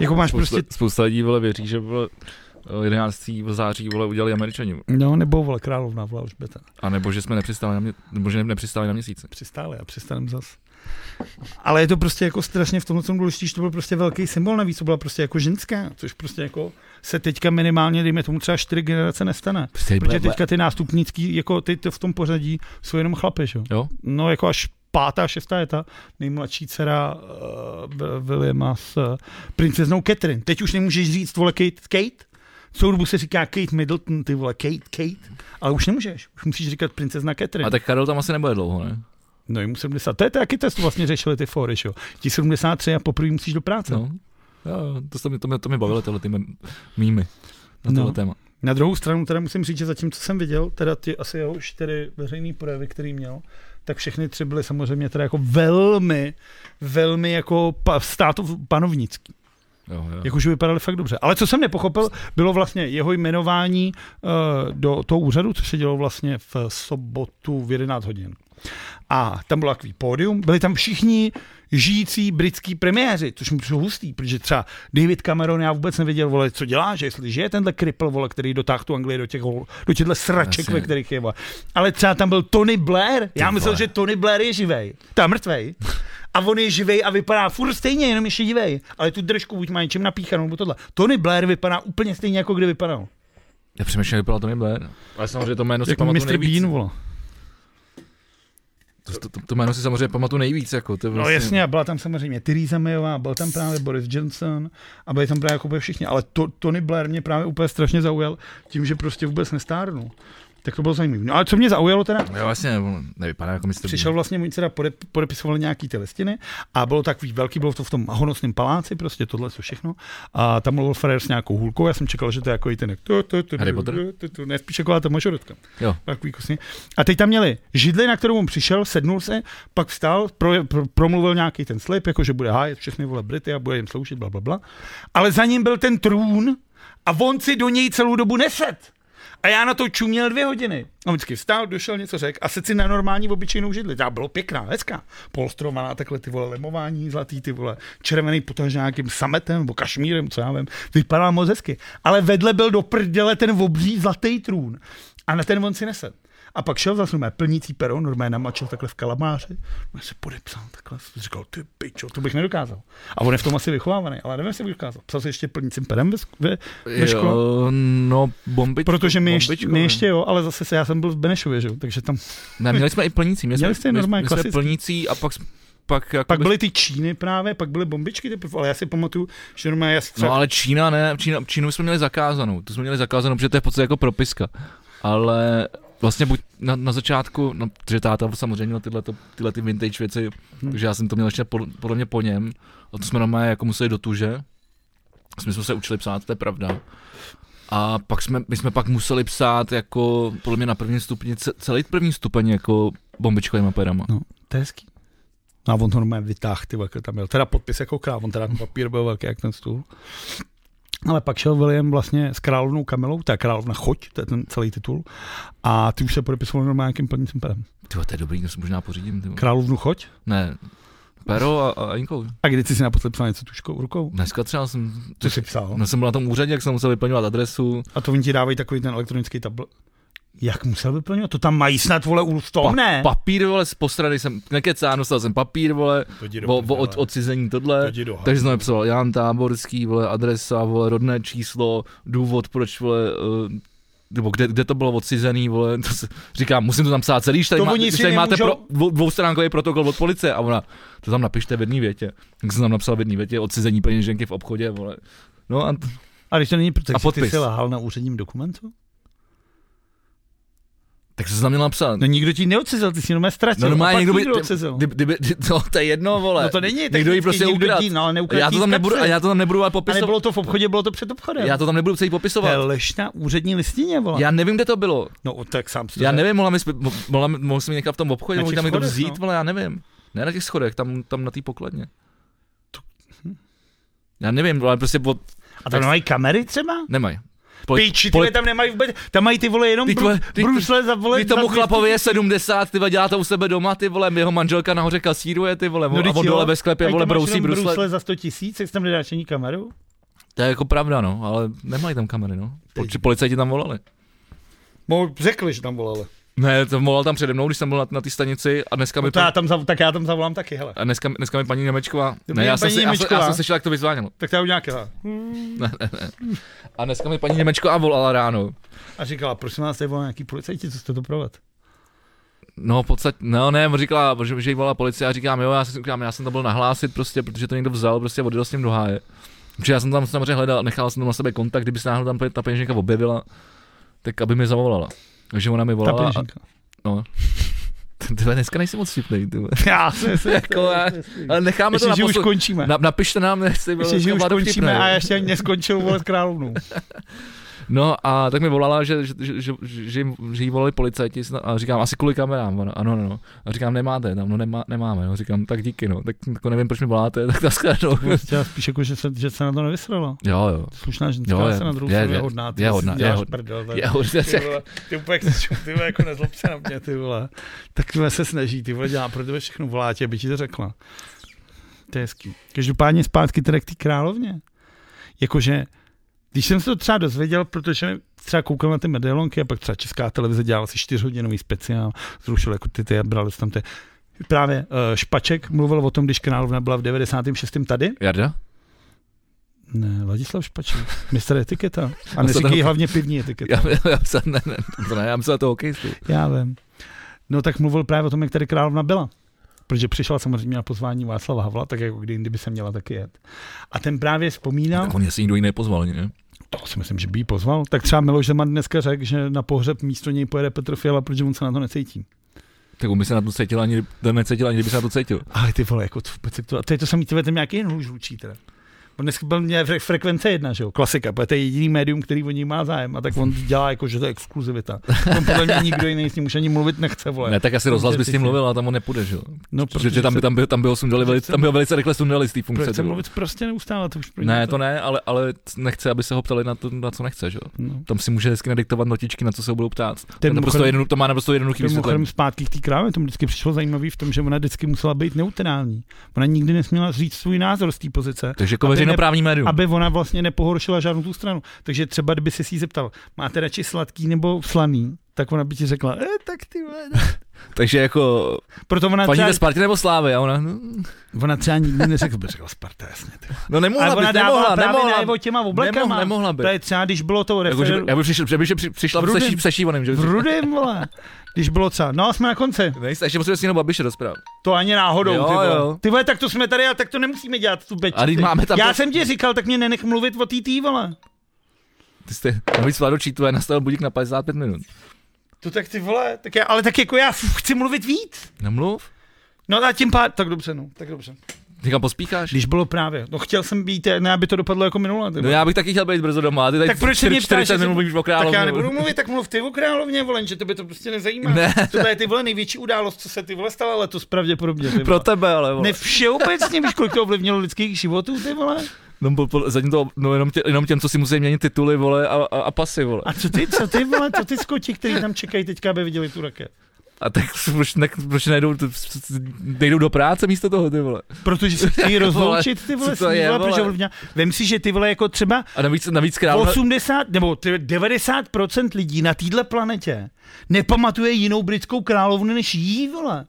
jako máš prostě
Spousta, spousta lidí vole, věří, že vole, eh, 11. září vole, udělali američani. vole.
No, nebo vole, královna vole, už beta.
A nebo že jsme nepřistáli na, mě, nebo že nepřistáli na měsíce.
Přistále a přistanem zas. Ale je to prostě jako strašně v tomhle tom důležitý, že to byl prostě velký symbol, navíc to byla prostě jako ženská, což prostě jako se teďka minimálně, dejme tomu třeba čtyři generace nestane.
Prostě
Protože teďka ty nástupnický, jako ty to v tom pořadí, jsou jenom chlapi, že? jo?
Jo?
No jako až pátá, šestá je ta nejmladší dcera uh, Williama s uh, princeznou Catherine. Teď už nemůžeš říct, vole, Kate, Kate? Celou dobu se říká Kate Middleton, ty vole, Kate, Kate, ale už nemůžeš, už musíš říkat princezna Catherine.
A tak Karel tam asi nebude dlouho, ne?
No jemu 70. To je taky test, vlastně řešili ty fóry, že jo. Ti 73 a poprvé musíš do práce. No.
No. Jo, jo, to, se mi, to, mě, to mě bavilo, tyhle ty mem- mýmy na tohle
No.
no. téma.
Na druhou stranu teda musím říct, že zatím, co jsem viděl, teda ty asi jeho čtyři veřejný projevy, který měl, tak všechny tři byly samozřejmě teda jako velmi, velmi jako pa, státov panovnický.
Jo, jo.
Jakože vypadaly fakt dobře. Ale co jsem nepochopil, bylo vlastně jeho jmenování uh, do toho úřadu, co se dělo vlastně v sobotu v 11 hodin. A tam bylo takový pódium, byli tam všichni žijící britský premiéři, což mi přišlo hustý, protože třeba David Cameron, já vůbec nevěděl, vole, co dělá, že jestli žije tenhle kripl, vole, který dotáhl tu Anglii do těch, do těchto sraček,
Jasně.
ve kterých je, vole. Ale třeba tam byl Tony Blair, já
Ty
myslel,
vole.
že Tony Blair je živej, ta mrtvej. A on je živej a vypadá furt stejně, jenom je šedivej. Ale tu držku buď má něčím napíchanou, nebo tohle. Tony Blair vypadá úplně stejně, jako kdy vypadal.
Já přemýšlím, jak vypadalo to nebude. No. Ale samozřejmě to jméno si
Jako
pamatuju
Mr.
nejvíc.
Bean, vole.
To, to, to, to, jméno si samozřejmě pamatuju nejvíc. Jako, to je
No
vlastně-
jasně, a byla tam samozřejmě Theresa Mayová, byl tam právě Boris Johnson a byli tam právě jako úplně všichni, ale to, Tony Blair mě právě úplně strašně zaujal tím, že prostě vůbec nestárnu. Tak to bylo zajímavé. No ale co mě zaujalo teda,
Jo, vlastně nevypadá jako mistr.
přišel vlastně můj dcera, podep- podepisoval nějaký ty listiny a bylo takový velký, bylo to v tom honosném paláci, prostě tohle co všechno. A tam mluvil Ferrer s nějakou hůlkou, já jsem čekal, že to je jako i ten, jak tu, tu, tu,
Harry
tu,
Potter?
tu, tu, tu, ne, spíš jako ta mažoretka.
Jo.
Takový kusy. A teď tam měli židli, na kterou on přišel, sednul se, pak vstal, pro, pro, promluvil nějaký ten slib, jako že bude hájet všechny vole Brity a bude jim sloužit, bla, bla, bla. Ale za ním byl ten trůn a on si do něj celou dobu neset. A já na to čuměl dvě hodiny. A vždycky vstál, došel, něco řekl a sedl si na normální obyčejnou židli. Ta bylo pěkná, hezká. Polstrovaná takhle ty vole lemování, zlatý ty vole, červený potaž nějakým sametem nebo kašmírem, co já vím. Vypadá moc hezky. Ale vedle byl do prdele ten obří zlatý trůn. A na ten on si nesel. A pak šel zase normálně plnící pero, normálně namačil takhle v kalamáři, já se podepsal takhle, jsem říkal, ty pičo, to bych nedokázal. A on je v tom asi vychovávaný, ale nevím, jestli bych dokázal. Psal se ještě plnícím perem ve, sk- ve, ve škole.
Jo, no, bombičko.
Protože my ještě,
bombičko,
my
ne.
ještě jo, ale zase se, já jsem byl v Benešově, že jo, takže tam,
Ne, měli jsme i plnící. Měli,
Měli
jsme,
jste normálně
my jsme
klasický.
plnící a pak, pak, jako
pak byly ty Číny právě, pak byly bombičky teprve, ale já si pamatuju, že normálně já
No
třeba,
ale Čína ne, Čína, Čínu jsme měli zakázanou, tu jsme měli zakázanou, protože to je v podstatě jako propiska. Ale vlastně buď na, na začátku, no, protože táta samozřejmě měl tyhle, to- tyhle ty vintage věci,
Hmm.
takže já jsem to měl ještě pod, podle mě po něm, a to jsme normálně jako museli do tuže, my jsme se učili psát, to je pravda. A pak jsme, my jsme pak museli psát jako, podle mě na prvním stupni, ce- celý první stupeň jako bombičkovýma perama.
to je hezký. No a on to normálně vytáhl, ty vole, tam měl teda podpis jako král, on teda ten papír byl velký jak ten stůl. Ale pak šel William vlastně s královnou Kamilou, to je královna Choď, to je ten celý titul, a ty už se podepisoval normálně nějakým plnícím perem.
Tyvo, to je dobrý, to si možná pořídím. Tyvo.
Královnu Choď?
Ne, pero a, a Inkou.
A kdy jsi si naposled psal něco tuškou rukou?
Dneska třeba jsem,
Co jsi psal?
No jsem byl na tom úřadě, jak jsem musel vyplňovat adresu.
A to oni ti dávají takový ten elektronický tabl. Jak musel vyplňovat? To tam mají snad vole u v tom, ne?
Papír, vole, z postrady jsem, nekecán, dostal jsem papír, vole,
To jdi do
o, o,
prdele.
od, odcizení tohle.
To jdi do
Takže jsem napsal Jan Táborský, vole, adresa, vole, rodné číslo, důvod, proč, vole, eh, nebo kde, kde to bylo odcizený, vole, to se, říkám, musím to tam psát celý, že tady,
To
má,
oni
že
si
tady máte pro,
nemůžou-
dvou- dvoustránkový protokol od policie a ona, to tam napište v jedné větě. Tak jsem tam napsal v jedné větě, odcizení peněženky v obchodě, vole. No a t-
A když to není, protože
A
ty
podpis.
jsi lhal na úředním dokumentu?
tak jsem tam měl napsat.
No nikdo ti neodcizil, ty jsi jenom ztratil.
No normálně
a
někdo
pak
by,
někdo odcizil.
ty, ty, ty, ty, to, to je jedno, vole.
No to není,
Někdo ji
technicky
prostě
někdo
ukradl.
ti- No, ale neukradl
Já to
jí
tam
z
nebudu,
kapsy.
a já to tam nebudu ale
A
popisovat.
nebylo to v obchodě, bylo to před obchodem.
Já to tam nebudu celý
to je
popisovat.
lež na úřední listině, vole.
Já nevím, kde to bylo.
No tak sám si to
Já
řekl.
nevím, mohla mi, sp- mo- mohla, mi- mohl jsem někam v tom obchodě,
Na
mohl
těch
tam někdo
schodech,
vzít,
no.
vole, já nevím. Ne na těch schodech, tam, tam na té pokladně. Já nevím, ale prostě pod...
A tam nemají kamery třeba?
nemají. Poli-
Piči, ty
poli-
vole, tam nemají vůbec, tam mají ty vole jenom
Ty vole,
bru-
ty-
brusle za vole.
Ty tomu
za-
chlapovi je 70, ty vole, dělá to u sebe doma, ty vole, jeho manželka nahoře kasíruje, ty vole,
No,
a
vždyť
on
jo.
dole ve
A
sklepě,
ty
vole,
máš
brousí
jenom
brusle.
brusle za 100 tisíc, jak jsi tam nedáš ani kameru?
To je jako pravda, no, ale nemají tam kamery, no. Poli- Policajti tam volali.
No, řekli, že tam volali.
Ne, to volal tam přede mnou, když jsem byl na, na té stanici a dneska mi,
No to já
pan,
tam, zav- tak já tam zavolám taky, hele.
a dneska, dneska mi paní Němečková,
Dobrý
ne, já
den,
jsem,
paní
si, já, jsem,
Němečková.
já jsem slyšel, jak to vyzvánělo.
Tak to já udělám, hele.
A dneska mi paní Němečková volala ráno.
A říkala, prosím vás, tady volá nějaký policajti, co jste to provat?
No, v podstatě, no ne, on říkala, že, že jí volala policie a říkám, jo, já, jsem, říkám, já jsem to byl nahlásit prostě, protože to někdo vzal, prostě odjel s ním do háje. Protože já jsem tam samozřejmě hledal, nechal jsem tam na sebe kontakt, kdyby se náhodou tam pe- ta peněženka objevila, tak aby mi zavolala. Takže ona mi
Ta
volala. a,
peněženka.
no. Ty vole, dneska nejsi moc vtipnej, ty vole.
Já se, se
Jako, já- Ale necháme
Ještě,
to
že
na
už
poslu...
končíme.
Na, napište nám, jestli bylo
Ještě, že už
dneska Vlado vtipnej.
končíme a ještě ani neskončil volat královnu.
No a tak mi volala, že, že, že, že, že, jim, že jí volali policajti snad- a říkám, asi kvůli kamerám, ona, ano, ano, no. A říkám, nemáte, tam, no nemá, nemáme, no. říkám, tak díky, no, tak jako nevím, proč mi voláte, tak naschledanou.
Já spíš jako, že se, že se na to nevysrala.
Jo, jo,
Slušná ženská,
Jo,
ale
je-
se na druhou
je-
stranu
je-
je hodná. ty
je
si
hodná, je
děláš
hodná.
prdel, tak.
jo,
Ty vole, ty úplně, jak jsi- ty vole, jako nezlob se na mě, ty vole. Tak ty vole se snaží, ty vole dělá pro tebe všechno, volá tě, aby ti to řekla. To je hezký. Každopádně zpátky teda k té královně. Jakože, když jsem se to třeba dozvěděl, protože třeba koukal na ty medailonky a pak třeba česká televize dělala si čtyřhodinový speciál, zrušil jako ty, ty a brali se tam ty. Právě eh, Špaček mluvil o tom, když královna byla v 96. tady.
Jarda?
Ne, Ladislav Špaček, mistr etiketa. A
No, co
neříkej
tam-
hlavně pivní etiketa.
Já, já psal, ne, ne, to ne, já psal to hokejistu.
Já vím. No tak mluvil právě o tom, jak tady královna byla. Protože přišla samozřejmě na pozvání Václava Havla, tak jako kdy jindy by se měla taky jet. A ten právě vzpomínal,
Tak on jestli nikdo jiný nepozval, ne?
to si myslím, že by ji pozval. Tak třeba Miloš Zeman dneska řekl, že na pohřeb místo něj pojede Petr Fiala, protože on se na to necítí.
Tak on by se na to cítil ani, to necítil, ani kdyby se na to cítil.
Ale ty vole, jako to vůbec, jak to, a to je to samý, ty vole, ten nějaký jen hůř hlučí teda. On dneska byl mě fre- frekvence jedna, že jo, klasika, protože to je jediný médium, který o ní má zájem a tak on dělá jako, že to je exkluzivita. On podle mě nikdo jiný s ním už ani mluvit nechce, vole.
Ne, tak asi rozhlas by s tím mluvil, ale tam on nepůjde, že jo.
no,
Protože tam by, tam by, tam by, ho sundali, veli- tam by ho velice rychle sundali z té funkce.
Proč
že
se
jo.
mluvit prostě neustále, to už pro ně
Ne, to ne, ale, ale nechce, aby se ho ptali na to, na co nechce, že jo.
No.
Tam si může hezky nadiktovat notičky, na co se ho budou ptát. To, je naprosto
mimochodem-
jednu, to má naprosto jednoduchý
Mimochodem
vysvětlení.
zpátky k té krávě, to mi vždycky přišlo zajímavý v tom, že ona vždycky musela být neutrální. Ona nikdy nesměla říct svůj názor z té pozice,
Takže jako
aby ne-
veřejnoprávní médium.
aby ona vlastně nepohoršila žádnou tu stranu. Takže třeba, kdyby se jí zeptal, máte radši sladký nebo slaný, tak ona by ti řekla, e, tak ty vole. ne."
Takže jako
Proto ona třeba,
Paníte Spartě nebo Slávy? A ona, no,
ona třeba nikdy neřekla, by řekla Sparta, jasně. Ty. vole."
no nemohla
Ale ona
být,
dávala
nemohla,
právě
nemohla,
najevo těma oblekama.
nemohla, nemohla
To
být.
je třeba, když bylo to
Jako, že,
referendum
by- já bych přišel, že by, že při- přišla
V rudém.
přeší, přešívaným, že
v
by
rudém, vole. Když bylo třeba, no jsme na konci.
Nejste, ještě musíme s ním Babiše rozprávat.
To ani náhodou,
Jo,
ty vole.
jo.
Ty vole, tak to jsme tady a tak to nemusíme dělat, tu beči.
A teď
ty.
máme tam-
Já jsem ti říkal, tak mě nenech mluvit o tý tý, vole.
Ty jste, navíc Vlado Čítové nastavil budík na 55 minut.
To tak ty vole, tak já, ale tak jako já f- chci mluvit víc.
Nemluv,
No a tím pár, tak dobře, no, tak dobře.
někam pospícháš.
Když bylo právě, no chtěl jsem být, ne, aby to dopadlo jako minule. ty
No
vole.
já bych taky chtěl být brzo doma, a ty tady
Tak proč se mě ptáš,
40
jestli-
minut mluvíš o
tak
královně.
já nebudu mluvit, tak mluv ty o královně, vole, že tebe to prostě nezajímá.
Ne.
To je ty vole největší událost, co se ty vole stala letos pravděpodobně. Ty vole.
Pro tebe, ale vole.
Ne všeobecně, víš, kolik to ovlivnilo lidských životů, ty vole.
No, po, po, zatím to, no jenom, tě, jenom těm, co si musí měnit tituly, vole, a, a, a pasy, vole.
A co ty, co ty vole, co ty skoti, kteří tam čekají teďka, aby viděli tu raketu?
A tak proč, ne, proč nejdou, nejdou do práce místo toho, ty vole.
Protože se chtějí rozloučit ty vole,
co to je,
vole, protože
vole?
ovlivňa. Vem si, že ty vole jako třeba
A navíc, navíc král,
80 nebo ty- 90% lidí na téhle planetě nepamatuje jinou britskou královnu než jí, vole.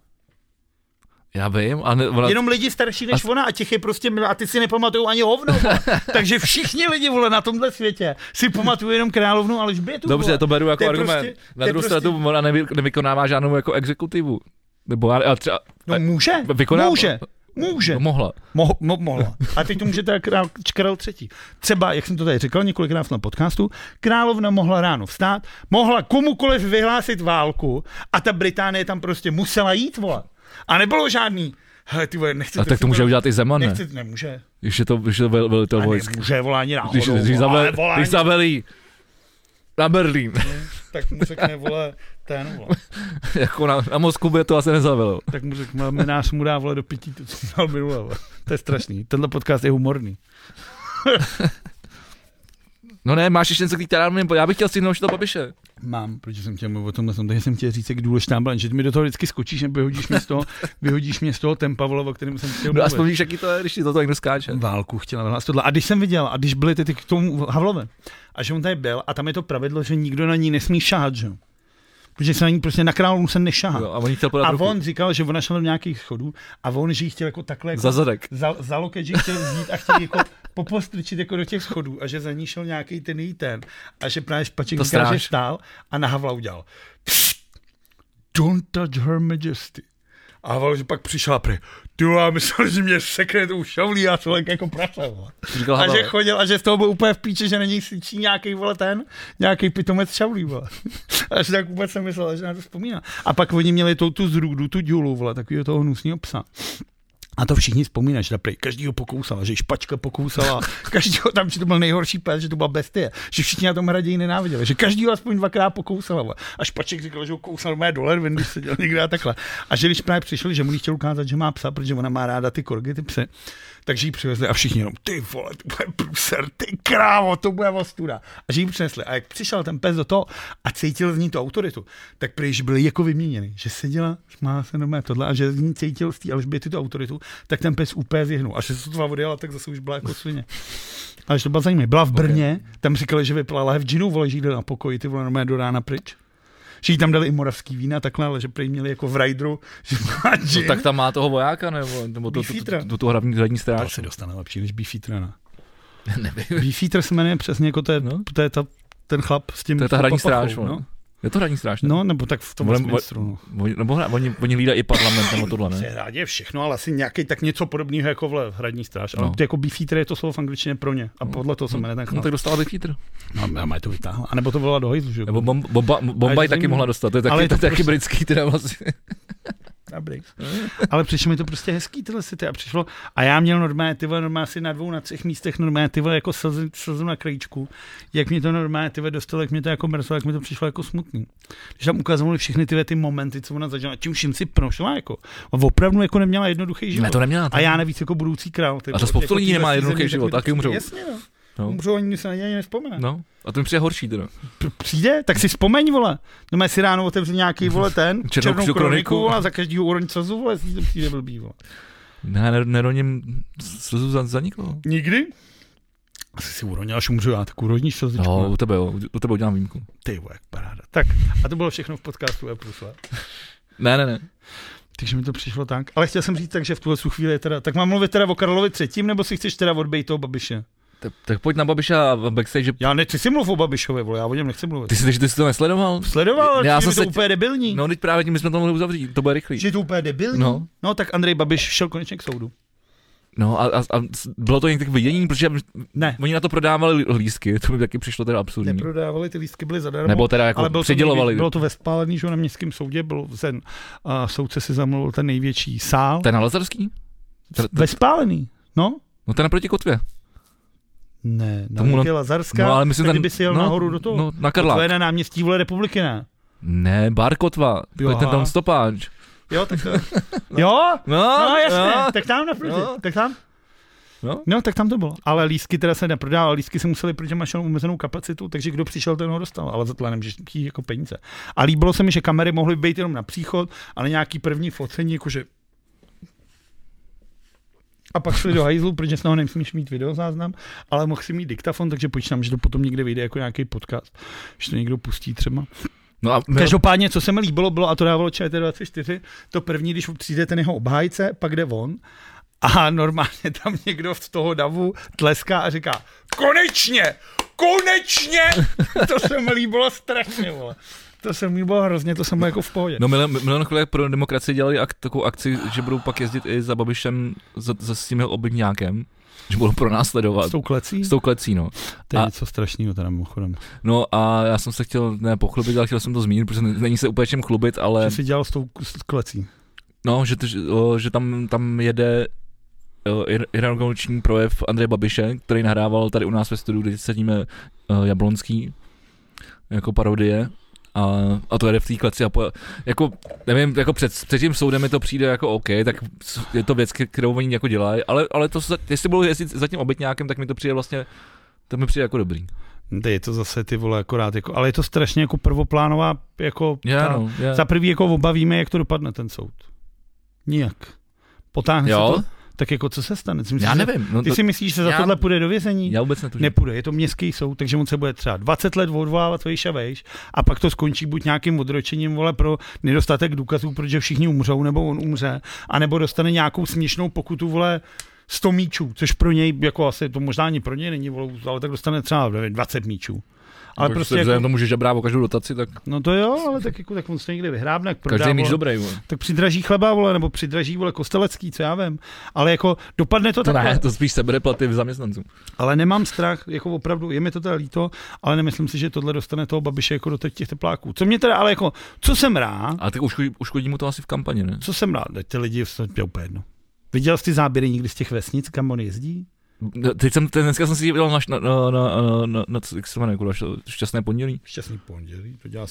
já vím, a ne, ona,
Jenom lidi starší než ona a těch je prostě, mil- a ty si nepamatují ani hovno. vole. Takže všichni lidi, vole, na tomhle světě si pamatují jenom královnu Alžbětu,
dobře,
vole.
to beru jako
To je
argument.
prostě- to
Na
je
druhou
prostě-
stranu, ona nevy, nevykonává žádnou jako exekutivu. Nebo já, ale třeba,
No může,
vykoná-
může, může.
no, mohla.
Mo, mo, mohla. A teď to může teda král, král třetí. Třeba, jak jsem to tady říkal několikrát na podcastu, královna mohla ráno vstát, mohla komukoliv vyhlásit válku a ta Británie tam prostě musela jít volat. A nebylo žádný, hele ty vole, nechci...
A tak to může udělat i Zeman, ne?
prostě Nechci, nemůže.
Když je to, když je to vel, velitel
A
vojsk.
nemůže volání
Když,
náhodou.
když,
ale
zavel,
volání,
když zavelí na Berlín,
tak mu řekne, vole, ten, vole.
jako na, na Moskvu by to asi nezavelil.
Tak mu řekne, minář mu dá, vole, do pití to, co dal minule, vole. To je strašný. Tenhle podcast je humorný.
No ne, máš ještě něco k té terámě, já bych chtěl stihnout ještě to babiše.
Mám, protože jsem chtěl mluvit o tomhle, jsem, takže jsem chtěl říct, jak důležitá byla, že ty mi do toho vždycky skočíš a vyhodíš mě z toho, vyhodíš mě z toho tempa, vole, o kterém jsem chtěl
No
mluvit.
aspoň víš, jaký to je, když ti za to někdo skáče.
Válku chtěla vyhlásit tohle. A když jsem viděl, a když byli ty, ty k tomu Havlove, a že on tady byl, a tam je to pravidlo, že nikdo na ní nesmí šahat, že? jo? Protože se na ní prostě na královnu se nešahá.
Jo, a on jí chtěl podat
a
ruku.
on říkal, že ona šla do nějakých schodů a on, že jí chtěl jako takhle jako
Za zadek.
za, za loket, že ji chtěl vzít a chtěl jako popostrčit jako do těch schodů a že za ní šel nějaký ten její ten a že právě špaček
To
říká, že
stráž.
stál a na Havla udělal. "Pst, Don't touch her majesty. A Havel, že pak přišel a prý, ty jo, já myslel, že mě sekne tou šavlí a člověk jako prase, vole."
Říkal
A
Havel.
že chodil a že z toho byl úplně v píči, že na něj syčí nějaký vole ten, nějaký pitomec šavlí, vole. A že tak vůbec nemyslel, že na to vzpomíná. A pak oni měli tou tu zrůdu, tu dělu, vole, takového toho hnusného psa. A to všichni vzpomínají, že ta prej každýho pokousala, že ji špačka pokousala, každýho tam, že to byl nejhorší pes, že to byla bestie, že všichni na tom raději nenáviděli, že každýho aspoň dvakrát pokousala. vole. A špaček říkal, že ho kousal mé dole, ven, když seděl někde a takhle. A že když právě přišli, že mu jí chtěl ukázat, že má psa, protože ona má ráda ty korgy, ty psy, takže ji přivezli a všichni jenom, ty vole, to bude průser, ty krávo, to bude ostuda. A že ji přinesli. A jak přišel ten pes do toho a cítil z ní tu autoritu, tak prý, že byli jako vyměněni, že seděla, smála se normálně tohle a že z ní cítil z té Alžběty tu autoritu, tak ten pes úplně zjehnul. A že se to odjela, tak zase už byla jako svině. Ale že to byla zajímavé. Byla v Brně, tam říkali, že vypila lahev džinu, vole, že jde na pokoji, ty vole, normálně do rána pryč. Že jí tam dali i moravský vína, takhle, ale že prý měli jako v rajdru, že má
No,
džin.
tak tam má toho vojáka, nebo, nebo to, to,
Beefeatera.
to, to, toho hlavní hradní
Ale
stráž.
se dostane lepší než no. Beefeater.
Nevím.
Beefeater se jmenuje přesně jako to je,
No.
to je ta, ten chlap s tím
To je ta hradní
papachou,
stráž, no. Je to hraní strašné.
No, nebo tak v tom
Budem-
smyslu. No.
Oni, nebo hra, oni, oni hlídají i parlament nebo tohle,
Se
ne?
hrádě všechno, ale asi nějaký tak něco podobného jako v hradní stráž. Ale
No.
ty jako beefeater je to slovo v angličtině pro ně. A podle toho se jmenuje ten
No
chlap.
tak dostala Beefeater.
No, no, má to vytáhla. A nebo to volá do hejzlu, že? jo?
Nebo bom, bomba, Bombay taky
je to zajímavé.
mohla dostat, to je taky,
Ale je
to
to
je taky
prostě-
britský teda vlastně.
Dobrý. Ale přišlo mi to prostě hezký tyhle sity a přišlo. A já měl normálně ty vole, normálně asi na dvou, na třech místech normálně ty vole, jako slzu, slzu na krajíčku. Jak mě to normálně ty vole dostalo, jak mě to jako mrzlo, jak mi to přišlo jako smutný. Když tam ukazovali všechny ty, vole ty momenty, co ona začala, tím vším si prošla jako. A opravdu jako neměla jednoduchý život.
Ne, to neměla.
a já nevíc jako budoucí král. Ty
A to
vole,
spoustu
jako
lidí
tyhle
nemá
ty
jednoduchý
země,
život,
takový-
taky umřou.
Jasně, no.
No.
Umřou, oni se na ně ani nevzpomene.
No, a to mi přijde horší teda.
P- přijde, tak si vzpomeň, vole. No má si ráno otevře nějaký, vole, ten,
Černou
černou,
křtu
kroniku,
kroniku.
vole, a za každý úroň slzu, vole, si to přijde blbý, vole.
Ne, ne- neroním slzu za- zaniklo.
Nikdy? Asi si uronil, až umřu já, tak urodníš slzičku.
No,
No.
u tebe, jo, u tebe udělám výjimku.
Ty, vole, jak paráda. Tak, a to bylo všechno v podcastu E+. vole.
Ne, ne, ne.
Takže mi to přišlo tak. Ale chtěl jsem říct tak, že v tuhle chvíli je teda, tak mám mluvit teda o Karlovi třetím, nebo si chceš teda odbejt toho Babiše?
Tak, tak pojď na Babiša a backstage, že
Já ne, ty si mluv o Babišovi, vole, já o něm nechci mluvit.
ty jsi, ty jsi to nesledoval?
Sledoval,
Já
já
jsem
jsem
se-
to úplně debilní. No.
No, teď právě tím bychom to mohli uzavřít, to bude rychlý.
Že je to úplně debilní. No.
No,
no. tak Andrej Babiš šel konečně k soudu.
no a, a, a s- bylo to někde vidění, protože
Ne,
oni na to prodávali lístky, to by taky přišlo teda absurdní.
neprodávali, ty lístky byly zadarmo.
Nebo teda jako
ale bylo To
přidělovali.
největší, bylo to ve spálený, že jo, na městském soudě, byl ten uh, soudce si zamluvil ten největší sál.
Ten na Lazarský? ten-
Ve spálený, no?
No ten naproti kotvě.
Ne, na
Tomu na-
Tomu, Lazarska,
no, ale myslím, ten-
kdyby si jel
no,
nahoru do toho.
No, na
to je
Karla.
na náměstí vole republiky, ne?
Ne, bar kotva. To je
Jo,
ten tam
aha.
stopáč.
Jo, tak to... jo,
No,
no jasně,
no.
tak tam naproti,
No.
tak tam.
No.
no, tak tam to bylo. Ale lísky teda se neprodávaly, lísky se museli, protože máš jenom omezenou kapacitu, takže kdo přišel, ten ho dostal, ale za to nemůžeš chtít jako peníze. A líbilo se mi, že kamery mohly být jenom na příchod a na nějaký první focení, jakože a pak šli do hajzlu, protože z toho nesmíš mít videozáznam, ale mohl si mít diktafon, takže počítám, že to potom někde vyjde jako nějaký podcast, že to někdo pustí třeba.
No a
No. Každopádně, co se mi líbilo, bylo, a to dávalo ČT24, to první, když přijde ten jeho obhájce, pak jde on a normálně tam někdo z toho davu tleská a říká, konečně, konečně, to se mi líbilo strašně, vole. To se mi líbilo hrozně, to jsem byl jako v pohodě.
No, Milan, Milan Chvilek pro demokracii dělali ak, takovou akci, že budou pak jezdit i za Babišem, za, za s tím jeho obydňákem, že budou pronásledovat.
S tou klecí?
S tou klecí, no.
To je
a-
něco strašného teda mimochodem.
No a já jsem se chtěl ne pochlubit, ale chtěl jsem to zmínit, protože ne- není se úplně čím chlubit, ale
Co jsi dělal s tou k- s klecí?
no, že, to, že, o, že tam, tam jede o, ir- inaugurační projev Andreje Babiše, který nahrával tady u nás ve studiu, kde sedíme o, Jablonský, jako parodie. A, a to jede v té kleci a po, jako, nevím, jako před, před tím soudem mi to přijde jako OK, tak s- je to věc, kterou oni jako dělají, ale, ale to, se- jestli budou jezdit za tím obytňákem, tak mi to přijde vlastně, to mi přijde jako dobrý.
Ty, je Hm, to zase ty vole akorát, jako, ale je to strašně jako prvoplánová, jako
Já,
ta-
no, já.
Za prvý jako obavíme, jak to dopadne ten soud. Nijak. Potáhne
jo?
se to. Tak jako co se stane? Ty, myslíš,
Já
že-
nevím, no,
Ty
to,
si myslíš, že za
já-
tohle půjde do vězení?
já vůbec netuším.
Nepůjde, je to městský soud, takže on se bude třeba 20 let odvolávat vejš a vejš a pak to skončí buď nějakým odročením vole pro nedostatek důkazů, protože všichni umřou nebo on umře, anebo dostane nějakou směšnou pokutu vole 100 míčů, což pro něj, jako asi to možná ani pro něj není, vole, ale tak dostane třeba nevím, 20 míčů. Ale prostě,
vzhledem k
jako,
tomu, že žabrá o každou dotaci, tak
no to jo, ale tak, jako, tak on se někde vyhrábne, jak prodá,
každý míč
vole.
dobrý. Vole.
Tak přidraží chleba, vole, nebo přidraží, vole, kostelecký, co já vím. Ale jako dopadne to,
To
takhle.
ne, to spíš sebere platy v zaměstnanců.
Ale nemám strach, jako opravdu, je mi to teda líto, ale nemyslím si, že tohle dostane toho babiše jako do těch tepláků. Co mě teda, ale jako, co jsem rád,
A tak uškodí, uškodí mu to asi v kampani, ne?
co jsem rád, ty lidi, to je úplně jedno. Viděl jsi ty záběry někdy z těch vesnic, kam on jezdí?
No, Teď jsem, ten, dneska jsem si dělal na, š- na, na, na, na, na, na co- jak se to jmenuje, kurva, š- šťastné pondělí.
Šťastný pondělí, to dělá,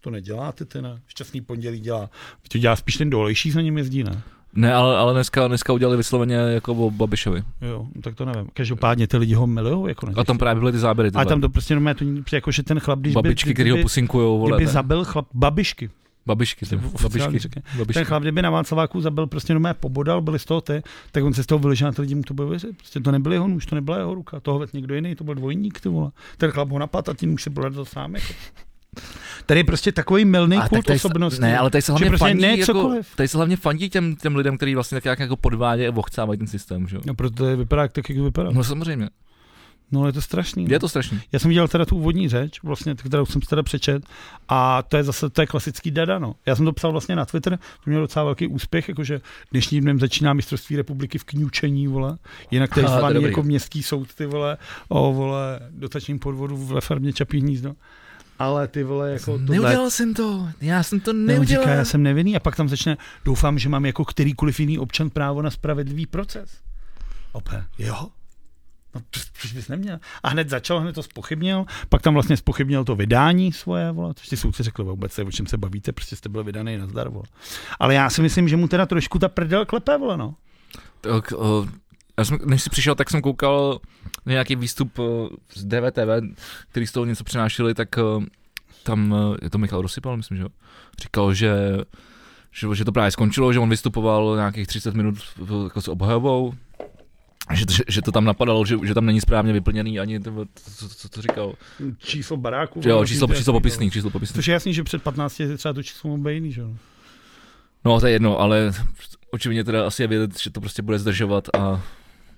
to neděláte teda, šťastný pondělí dělá. To dělá spíš ten dolejší, za ním jezdí, ne?
Ne, ale, ale dneska, dneska udělali vysloveně jako o Babišovi.
Jo, no tak to nevím. Každopádně ty lidi ho milují, jako
A tam právě byly ty záběry.
A
tyhle.
tam to prostě normálně to nikdy- jako že ten chlap, když
babičky,
by,
který ho
kdyby-
pusinkujou, vole.
Kdyby
ne?
zabil chlap, babišky,
Babišky, ty,
Ty
babišky,
oficiálně řekne.
babišky.
ten chlap, kdyby na Václaváku zabil, prostě jenom pobodal, byli z toho ty, tak on se z toho vyležel a ty lidi mu to bude věřit. Prostě to nebyl jeho nůž, to nebyla jeho ruka, toho vedl někdo jiný, to byl dvojník, ty vole. Ten chlap ho napadl a tím už se byl sám. Jako. Tady je prostě takový milný
A tak
kult
tady se-
osobnosti.
Ne, ale tady se
Že
hlavně
prostě
fandí,
ne
jako,
cokoliv.
tady se hlavně fandí těm, těm lidem, kteří vlastně tak nějak jako podvádějí a vochcávají ten systém, že jo?
No, proto je vypadá tak, jak vypadá.
No samozřejmě.
No, je to strašný.
Je to strašný.
Já jsem viděl teda tu úvodní řeč, vlastně, kterou jsem si teda přečet, a to je zase, to je klasický dada, no. Já jsem to psal vlastně na Twitter, to měl docela velký úspěch, jakože dnešním dnem začíná mistrovství republiky v kňučení, vole, jinak to je
Aha, to je
zvaný
dobrý.
jako městský soud, ty vole, o, vole, dotačním podvodu ve farmě Čapí hnízdo. Ale ty vole, jako tohle,
Neudělal jsem to, já jsem to
Ne, on
neudělal.
Říká, já jsem nevinný a pak tam začne, doufám, že mám jako kterýkoliv jiný občan právo na spravedlivý proces. Ope, jo. No, pr- proč bys neměl? A hned začal, hned to spochybnil, pak tam vlastně spochybnil to vydání svoje, vole, což ti soudci řekli, vůbec se, o čem se bavíte, prostě jste byl vydaný na zdar, vole. Ale já si myslím, že mu teda trošku ta prdel klepe, vole, no.
Tak, o, já jsem, než jsi přišel, tak jsem koukal na nějaký výstup o, z DVTV, který z toho něco přinášeli, tak o, tam o, je to Michal Rosypal, myslím, že jo, říkal, že, že, že to právě skončilo, že on vystupoval nějakých 30 minut v- jako s obhajovou, že, to- že, že to tam napadalo, že, že tam není správně vyplněný ani, to, co, co to říkal,
Číslo baráku.
že jo,
vole,
číslo,
to je
číslo
takový,
popisný,
vole.
číslo popisný.
Což je jasný, že před 15 je třeba to číslo mohl být jiný, že jo.
No to je jedno, ale očividně teda asi je vědět, že to prostě bude zdržovat a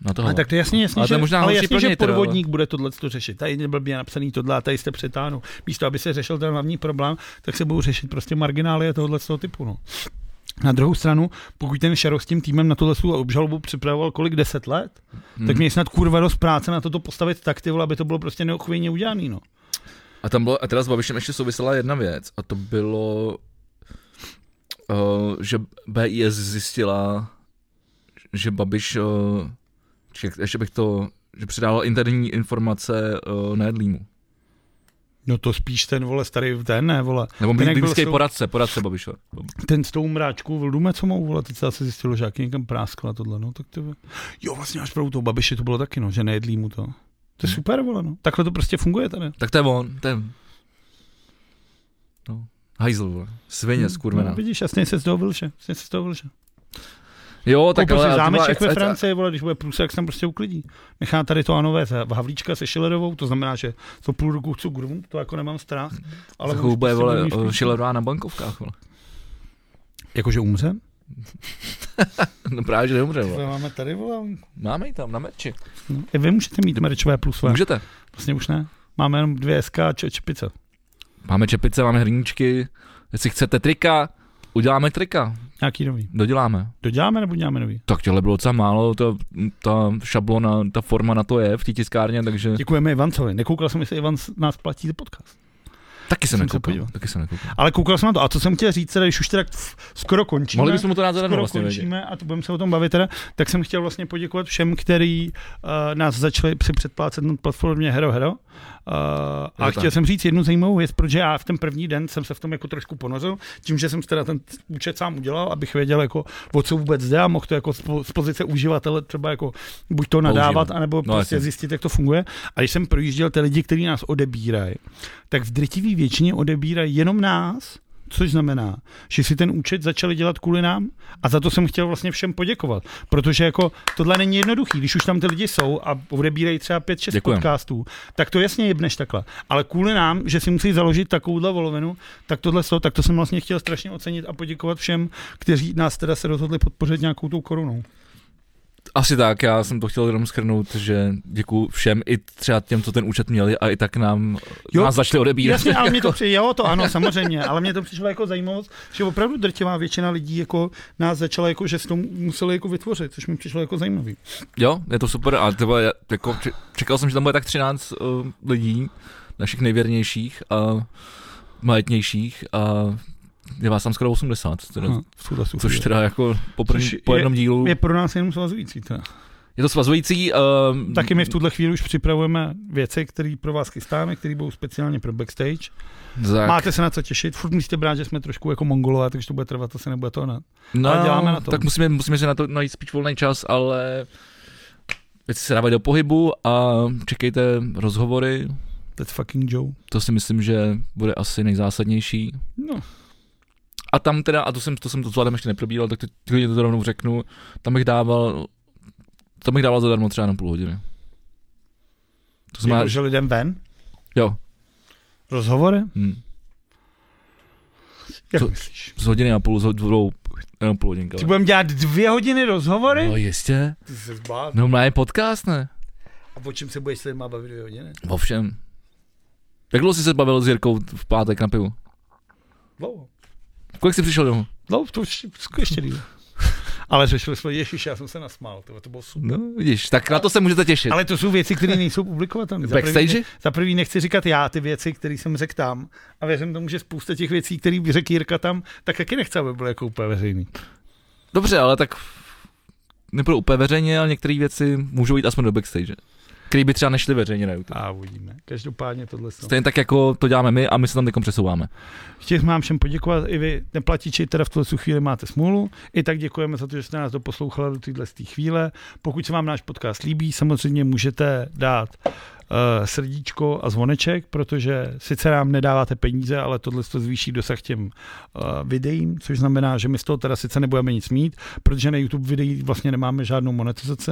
na toho.
Ale tak to je jasně,
No.
jasně,
Ale to
že,
je možná
ale
horší
jasně,
pro
že
něj teda, ale-
podvodník bude tohle to řešit. Tady je blbě napsaný tohle a tady jste přetáhnu. Místo, aby se řešil ten hlavní problém, tak se budou řešit prostě marginálie tohohle toho typu. No. Na druhou stranu, pokud ten Šaro s tím týmem na tuhle svou obžalobu připravoval kolik deset let, hmm.
Mhm.
tak mě je snad kurva dost práce na toto postavit tak, ty vole, aby to bylo prostě neochvějně udělaný. No.
A tam bylo, a teda s Babišem ještě souvisela jedna věc, a to bylo, uh, že BIS zjistila, že Babiš, uh, či, jak- ještě bych to, že předával interní informace uh, Nedlímu.
no to spíš ten vole starý ten, ne vole.
Nebo
Jinak
blí-
byl
blízký
sou-
poradce, poradce Babiše.
Ten s tou mráčkou v Lume, co mohu volat, teď se asi zjistilo, že jaký někam práskla tohle, no tak to je- Jo, vlastně až pro toho babiše to bylo taky, no, že nejedlí mu to. To je
Hmm.
super, vole, no. Takhle to prostě funguje tady.
Tak to je on, ten. No, hajzl, vole. svině skurvená.
No, vidíš, jasně se z toho vylže, jasně se z toho vylže.
Jo, No, tak
Tak Koupil
ale...
si
ale to byla-
zámeček
a-
ve
a-
Francii, vole, když bude průsek, tam prostě uklidí. Nechá tady to anové za- v Havlíčka se Šilerovou, to znamená, že to půl roku chci grum, to jako nemám strach. Ale
Ale
už
Chouba Hmm. je,
prostě
vole,
budu mít v
eh,
klidu.
Schillerová na bankovkách, vole.
Jakože umřem?
No právě, že neumře, vole.
Vole, Máme tady, vole.
Máme ji tam na merči.
No. I Vy můžete mít merčové plusové.
Můžete.
Vlastně už ne. Máme jenom dvě SK a č- čepice.
Máme čepice, máme hrníčky. Jestli chcete trika, uděláme trika.
Nějaký nový.
Doděláme.
Doděláme nebo děláme nový?
Tak těhle bylo docela málo, ta, ta šablona, ta forma na to je v té tiskárně, takže
Děkujeme Ivancovi. Nekoukal jsem, jestli Ivan s- nás platí za podcast.
taky se
Jsem se
nekoukal.
podíval.
Taky se nekoukal.
Ale koukal jsem na to. A co jsem chtěl říct, teda, když už teda pff, skoro končíme.
Mohli bychom mu to dát zadarmo
skoro
vlastně. vědět.
končíme a to budeme se o tom bavit teda, tak jsem chtěl vlastně poděkovat všem, který uh, nás začali při předplácet na platformě Hero Hero. Uh,
Je
a
to
chtěl
tak.
jsem říct jednu zajímavou věc, protože já v ten první den jsem se v tom jako trošku ponořil, tím, že jsem si teda ten účet sám udělal, abych věděl, jako, o co vůbec jde a mohl to jako z po- z pozice uživatele třeba jako buď to nadávat, anebo no, prostě
jasně.
zjistit, jak to funguje. A když jsem projížděl ty lidi, kteří nás odebírají, tak v drtivé většině odebírají jenom nás, což znamená, že si ten účet začali dělat kvůli nám a za to jsem chtěl vlastně všem poděkovat, protože jako tohle není jednoduchý, když už tam ty lidi jsou a odebírají třeba 5-6
Děkujem.
podcastů, tak to jasně jebneš takhle, ale kvůli nám, že si musí založit takovouhle volovinu, tak tohle jsou, tak to jsem vlastně chtěl strašně ocenit a poděkovat všem, kteří nás teda se rozhodli podpořit nějakou tou korunou.
Asi tak, já jsem to chtěl jenom schrnout, že děkuju všem, i třeba těm, co ten účet měli a i tak nám,
Jo,
nás začali odebírat.
Jasně, ale mě
Jako-
to přišlo, to ano, samozřejmě, ale mě to přišlo jako zajímavost, že opravdu drtivá většina lidí jako nás začala jako, že s tom museli jako vytvořit, což mi přišlo jako zajímavý.
Jo, je to super a třeba já- jako, č- čekal jsem, že tam bude tak 13 uh, lidí, našich nejvěrnějších a majetnějších a je vás tam skoro 80, teda,
Hm, jsou to super.
což teda jako po, první,
Což je-
po jednom dílu.
je
Je,
pro nás jenom svazující. Teda.
to svazující. Uh,
Taky my v tuhle chvíli už připravujeme věci, které pro vás chystáme, které budou speciálně pro backstage.
tak,
Tak. Máte se na co těšit, furt musíte brát, že jsme trošku jako mongolové, takže to bude trvat, asi nebude to ne.
no,
ale děláme na tom.
Tak musíme, musíme se na to najít spíš volný čas, ale věci se dávají do pohybu a čekejte rozhovory.
That's fucking Joe.
To si myslím, že bude asi nejzásadnější.
No,
A tam teda, a to jsem to, jsem to s Vladem ještě neprobíral, tak to, klidně to rovnou řeknu, tam bych dával, tam bych dával zadarmo třeba na půl hodiny. To
jsme...
znamená,
jako, že lidem ven,
jo,
rozhovory,
hm,
jak
Co-
myslíš?
z hodiny a půl, z dvou, jenom půl hodinka.
Ty budeme dělat dvě hodiny rozhovory?
No jistě,
Ty se zbál.
no má je podcast, ne?
A o čem se budeš s lidma bavit dvě hodiny?
Ovšem. Jak dlouho jsi se bavil s Jirkou v pátek na pivu?
Dlouho.
Kolik jsi přišel domů?
Dlouho, to už ještě díl. Ale řešili jsme, ježiš, já jsem se nasmál, to, to bylo super.
No, vidíš, tak na to se můžete těšit.
Ale to jsou věci, které nejsou publikovatelné. Za prvý
Backstage?
ne- Za prvý nechci říkat já ty věci, které jsem řekl tam. A věřím tomu, že spousta těch věcí, které by řekl Jirka tam, tak taky nechce, aby byly jako úplně veřejný.
Dobře, ale tak nebudu úplně veřejně, ale některé věci můžou jít aspoň do backstage. Který by třeba nešli veřejně na YouTube.
A uvidíme. Každopádně tohle jsou.
Stejně tak jako to děláme my a my se tam teďkom přesouváme.
Chtěl mám všem poděkovat, i vy neplatiči, teda v tuhle chvíli máte smůlu. I tak děkujeme za to, že jste nás doposlouchali do téhle té chvíle. Pokud se vám náš podcast líbí, samozřejmě můžete dát eh, srdíčko a zvoneček, protože sice nám nedáváte peníze, ale tohle to zvýší dosah těm eh, videím, což znamená, že my z toho teda sice nebudeme nic mít, protože na YouTube videí vlastně nemáme žádnou monetizaci,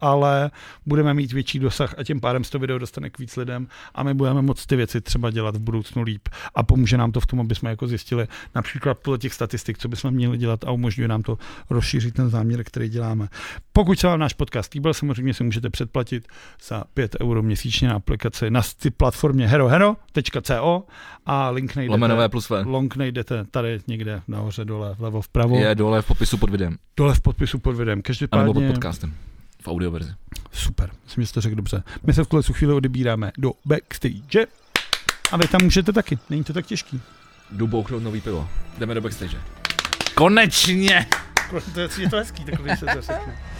ale budeme mít větší dosah a tím pádem se to video dostane k víc lidem a my budeme moct ty věci třeba dělat v budoucnu líp a pomůže nám to v tom, aby jsme jako zjistili například podle těch statistik, co bychom měli dělat a umožňuje nám to rozšířit ten záměr, který děláme. Pokud se vám náš podcast líbil, samozřejmě si můžete předplatit za 5 euro měsíčně na aplikaci na ty platformě herohero.co a link najdete,
Lomenové plus V.
link najdete tady někde nahoře, dole, vlevo, vpravo,
Je dole v popisu pod videem.
dole v podpisu pod videem.
Anebo pod
Každopádně
podcastem. V audioverzi.
Super, myslím, že jste řekl dobře. My se v tuhle chvíli odebíráme do backstage a vy tam můžete taky, není to tak těžký.
Jdu bouchnout nový pivo. Jdeme do backstage. Konečně!
Je to hezký, takový se to všechno.